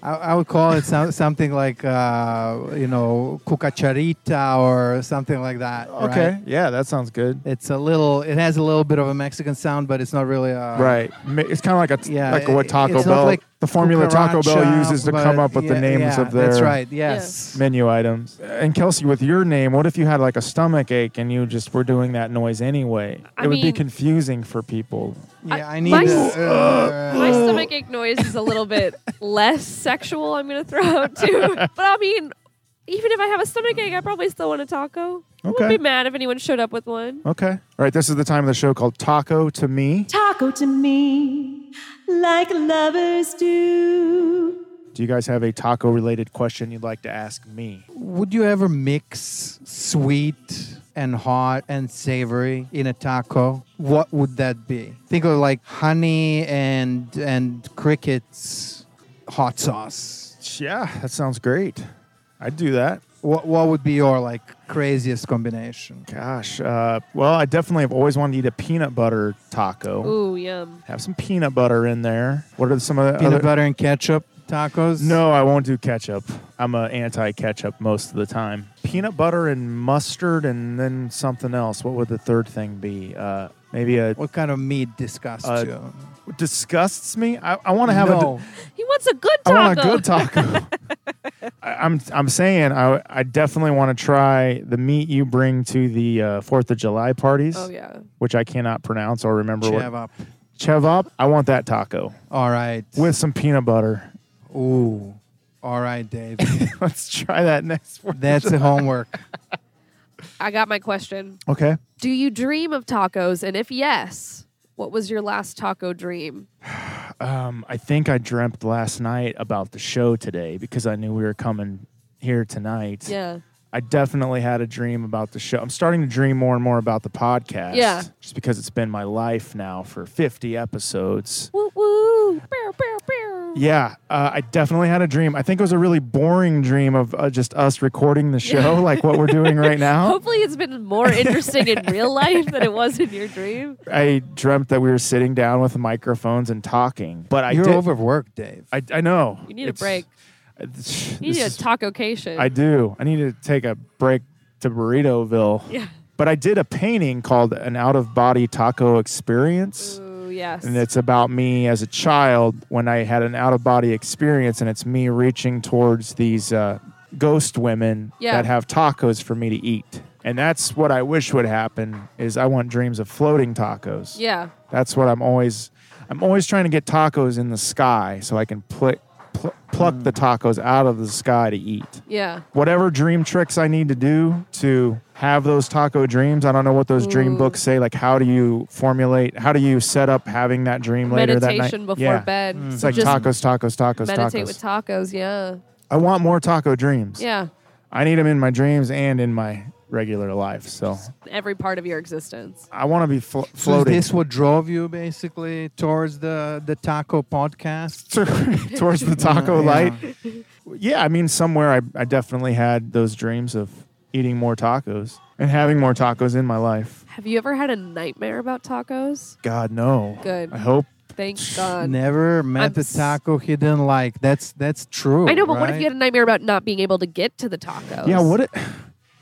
S4: I, I would call it some, something like uh, you know cucacharita or something like that. right?
S1: Okay. Yeah, that sounds good.
S4: It's a little. It has a little bit of a Mexican sound, but it's not really a
S1: Right. Ma- It's kind of like a
S4: Yeah,
S1: like what
S4: it-
S1: Taco
S4: it's not
S1: Bell.
S4: like
S1: the formula Taco Bell
S4: cucaracha,
S1: uses to
S4: but
S1: come up with the
S4: yeah,
S1: names
S4: yeah,
S1: of their
S4: That's right. Yes.
S1: menu items. And Kelsey, with your name, what if you had like a stomach ache and you just were doing that noise anyway?
S3: I
S1: it would be
S3: mean-
S1: confusing for people.
S4: Yeah, I need.
S3: my
S4: the-
S3: s-
S4: uh,
S3: my stomach ache noise is a little bit less sexual. I'm gonna throw out too, but I mean, even if I have a stomach ache, I probably still want a taco.
S1: Okay.
S3: I wouldn't be mad if anyone showed up with one.
S1: Okay. All right. This is the time of the show called Taco to Me.
S7: Taco to me, like lovers do.
S1: Do you guys have a taco related question you'd like to ask me?
S4: Would you ever mix sweet and hot and savory in a taco? What would that be? Think of like honey and and crickets hot sauce.
S1: Yeah, that sounds great. I'd do that.
S4: What what would be your like craziest combination?
S1: Gosh. Uh, well, I definitely have always wanted to eat a peanut butter taco.
S3: Ooh, yum.
S1: Have some peanut butter in there. What are some of the
S4: Peanut
S1: other?
S4: butter and ketchup tacos?
S1: No, I won't do ketchup. I'm a anti ketchup most of the time. Peanut butter and mustard, and then something else. What would the third thing be? Uh, maybe a
S4: What kind of meat disgusts
S1: Uh,
S4: you?
S1: disgusts me. I, I want to have a.
S4: no.
S3: He wants a good
S1: I
S3: taco.
S1: want a good taco. I, I'm I'm saying I I definitely want to try the meat you bring to the uh, Fourth of July parties.
S3: oh yeah.
S1: Which I cannot pronounce or remember.
S4: Chev
S1: What,
S4: up.
S1: chevap. I want that taco
S4: All right.
S1: with some peanut butter.
S4: Ooh. All right, Dave.
S1: Let's try that next. one.
S4: That's the homework.
S3: I got my question.
S1: Okay.
S3: Do you dream of tacos? And if yes, what was your last taco dream?
S1: Um, I think I dreamt last night about the show today because I knew we were coming here tonight.
S3: Yeah.
S1: I definitely had a dream about the show. I'm starting to dream more and more about the podcast.
S3: Yeah.
S1: Just because it's been my life now for 50 episodes.
S3: Woo woo. Pew, pew, pew.
S1: Yeah, uh, I definitely had a dream. I think it was a really boring dream of uh, just us recording the show, like what we're doing right now.
S3: Hopefully, it's been more interesting in real life than it was in your dream.
S1: I dreamt that we were sitting down with microphones and talking, but I
S4: You're
S1: did-
S4: overworked, Dave.
S1: I, I know.
S3: You need a
S1: It's-
S3: break.
S1: I- this
S3: You need
S1: is-
S3: a tacocation.
S1: I do. I need to take a break to Burritoville.
S3: Yeah.
S1: But I did a painting called An Out of Body Taco Experience.
S3: Ooh, yes.
S1: And it's about me as a child when I had an out of body experience, and it's me reaching towards these uh, ghost women
S3: Yeah.
S1: that have tacos for me to eat. And that's what I wish would happen. Is I want dreams of floating tacos.
S3: yeah.
S1: That's what I'm always. I'm always trying to get tacos in the sky so I can pl- pl- pluck the tacos out of the sky to eat
S3: Yeah.
S1: whatever dream tricks I need to do to have those taco dreams. I don't know what those dream
S3: Ooh.
S1: books say. Like, how do you formulate? How do you set up having that dream later that night?
S3: Meditation before
S1: Yeah.
S3: bed.
S1: It's
S3: So
S1: like
S3: just
S1: tacos, tacos, tacos,
S3: Meditate
S1: tacos.
S3: with tacos. Yeah.
S1: I want more taco dreams.
S3: Yeah.
S1: I need them in my dreams and in my regular life. So
S3: Every part of your existence.
S1: I want to be flo-
S4: So
S1: floating
S4: is this what drove you basically towards the the taco podcast?
S1: towards the taco
S4: Yeah.
S1: light. Yeah, I mean, somewhere I, I definitely had those dreams of eating more tacos and having more tacos in my life.
S3: Have you ever had a nightmare about tacos?
S1: God, no.
S3: Good.
S1: I hope
S3: Thank God.
S4: Never met
S3: I'm
S4: the
S3: s-
S4: taco he didn't like. That's that's true.
S3: I know, but what if
S4: right?
S3: you had a nightmare about not being able to get to the tacos?
S1: Yeah, what it,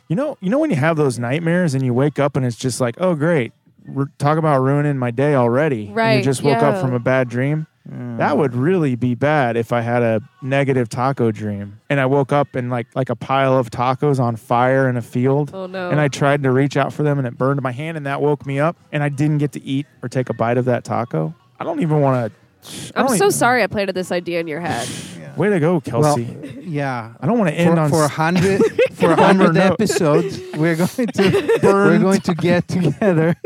S1: you know, you know when you have those nightmares and you wake up and it's just like, oh great, r- talk about ruining my day already. and you
S3: Right,
S1: just woke
S3: yeah.
S1: up from a bad dream. That would really be bad if I had a negative taco dream and I woke up and like like a pile of tacos on fire in a field.
S3: Oh, no.
S1: And I tried to reach out for them and it burned my hand and that woke me up and I didn't get to eat or take a bite of that taco. I don't even want to.
S3: I'm so sorry I planted this idea in your head.
S1: e, Way to go,
S4: Well,
S1: Kelsey.
S4: yeah.
S1: I don't want to end
S4: For,
S1: on
S4: for a
S1: s-
S4: hundred for a
S1: Bummer
S4: hundred
S1: note.
S4: episodes, we're going to we're
S1: Burned.
S4: going to get together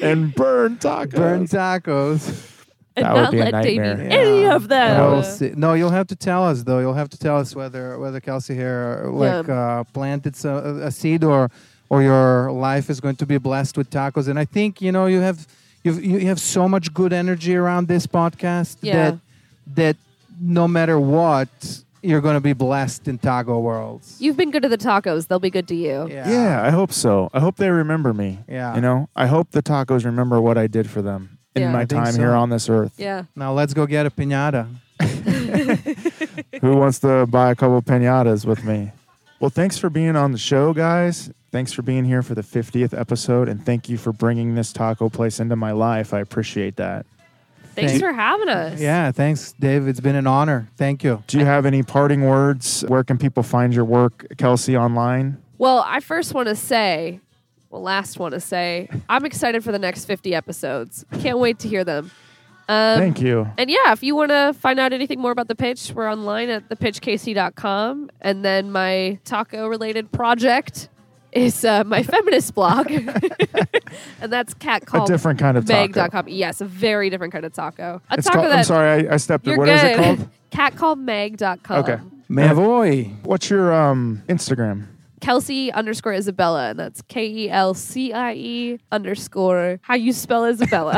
S1: and burn tacos.
S4: Burn tacos.
S3: and
S1: That would
S3: not
S1: be a
S3: let Dave
S1: nightmare.
S3: eat any
S4: Yeah.
S3: of them.
S4: We'll see. No, you'll have to tell us though. You'll have to tell us whether whether Kelsey here like uh, planted some, a seed or or your life is going to be blessed with tacos. And I think you know you have you've, you have so much good energy around this podcast
S3: Yeah.
S4: that that no matter what you're going to be blessed in taco worlds.
S3: You've been good to the tacos; they'll be good to you.
S1: Yeah, I hope so. I hope they remember me.
S4: Yeah.
S1: You know, I hope the tacos remember what I did for them in
S3: Yeah.
S1: my
S3: I
S4: think
S1: time
S4: so.
S1: here on this earth.
S3: Yeah.
S4: Now let's go get a piñata.
S1: Who wants to buy a couple pinatas with me? Well, thanks for being on the show, guys. Thanks for being here for the 50th episode, and thank you for bringing this taco place into my life. I appreciate that.
S3: Thanks
S4: Thank-
S3: for having us.
S4: Yeah, thanks, Dave. It's been an honor. Thank you.
S1: Do you have any parting words? Where can people find your work, Kelsey, online?
S3: Well, I first want to say, well, last want to say, I'm excited for the next 50 episodes. Can't wait to hear them. Um,
S1: Thank you.
S3: and yeah, if you want to find out anything more about the pitch, we're online at thepitchkc.com. And then my taco related project is uh, my feminist blog. and that's cat
S1: A
S3: called
S1: different kind of taco.
S3: Meg.com. Yes, a very different kind of taco. A
S1: It's
S3: taco
S1: called,
S3: that
S1: I'm sorry, I, I stepped
S3: you're
S1: in. What
S3: good.
S1: is it called?
S3: Cat called Meg.com.
S1: Okay.
S4: Mavoy.
S1: What's your um, Instagram?
S3: Kelsey underscore Isabella, and that's K E L C I E underscore how you spell Isabella.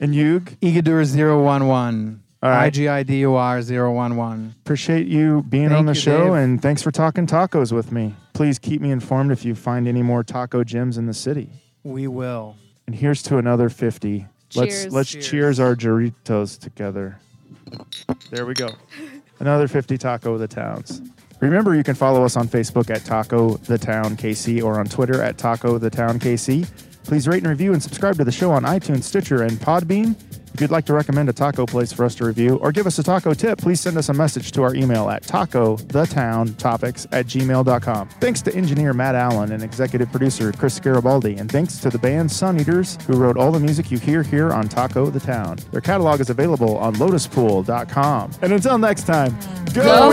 S1: And Yug,
S4: Igadur011.
S1: All right.
S4: IGIDUR011.
S1: appreciate you being
S4: Thank
S1: on the
S4: you,
S1: show
S4: Dave.
S1: and thanks for talking tacos with me. Please keep me informed if you find any more taco gyms in the city.
S4: We will.
S1: And here's to another 50. Let's
S3: Cheers.
S1: let's cheers.
S4: Cheers.
S1: our Doritos together. There we go. Another 50 Taco of the Towns. Remember, you can follow us on Facebook at Taco the Town KC or on Twitter at Taco the Town KC. Please rate and review and subscribe to the show on iTunes, Stitcher, and Podbean. If you'd like to recommend a taco place for us to review or give us a taco tip, please send us a message to our email at topics at gmail.com. Thanks to engineer Matt Allen and executive producer Chris Garibaldi, and thanks to the band Sun Eaters, who wrote all the music you hear here on Taco the Town. Their catalog is available on lotuspool.com. And until next time, go,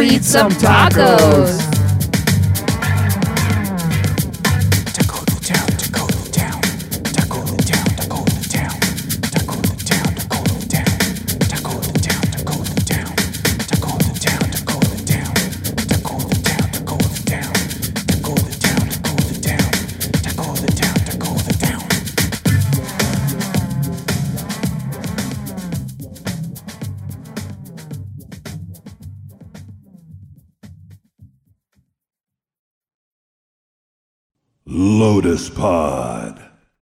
S2: Dakota Town, Dakota Town, Dakota Town, Dakota Town, Dakota Town, Dakota Town, Dakota Town, Dakota Town, Dakota Town, Dakota Town, Dakota Town, Dakota Town, Dakota Town, Dakota Town, Dakota Town, Dakota Town.
S8: Lotus Pod.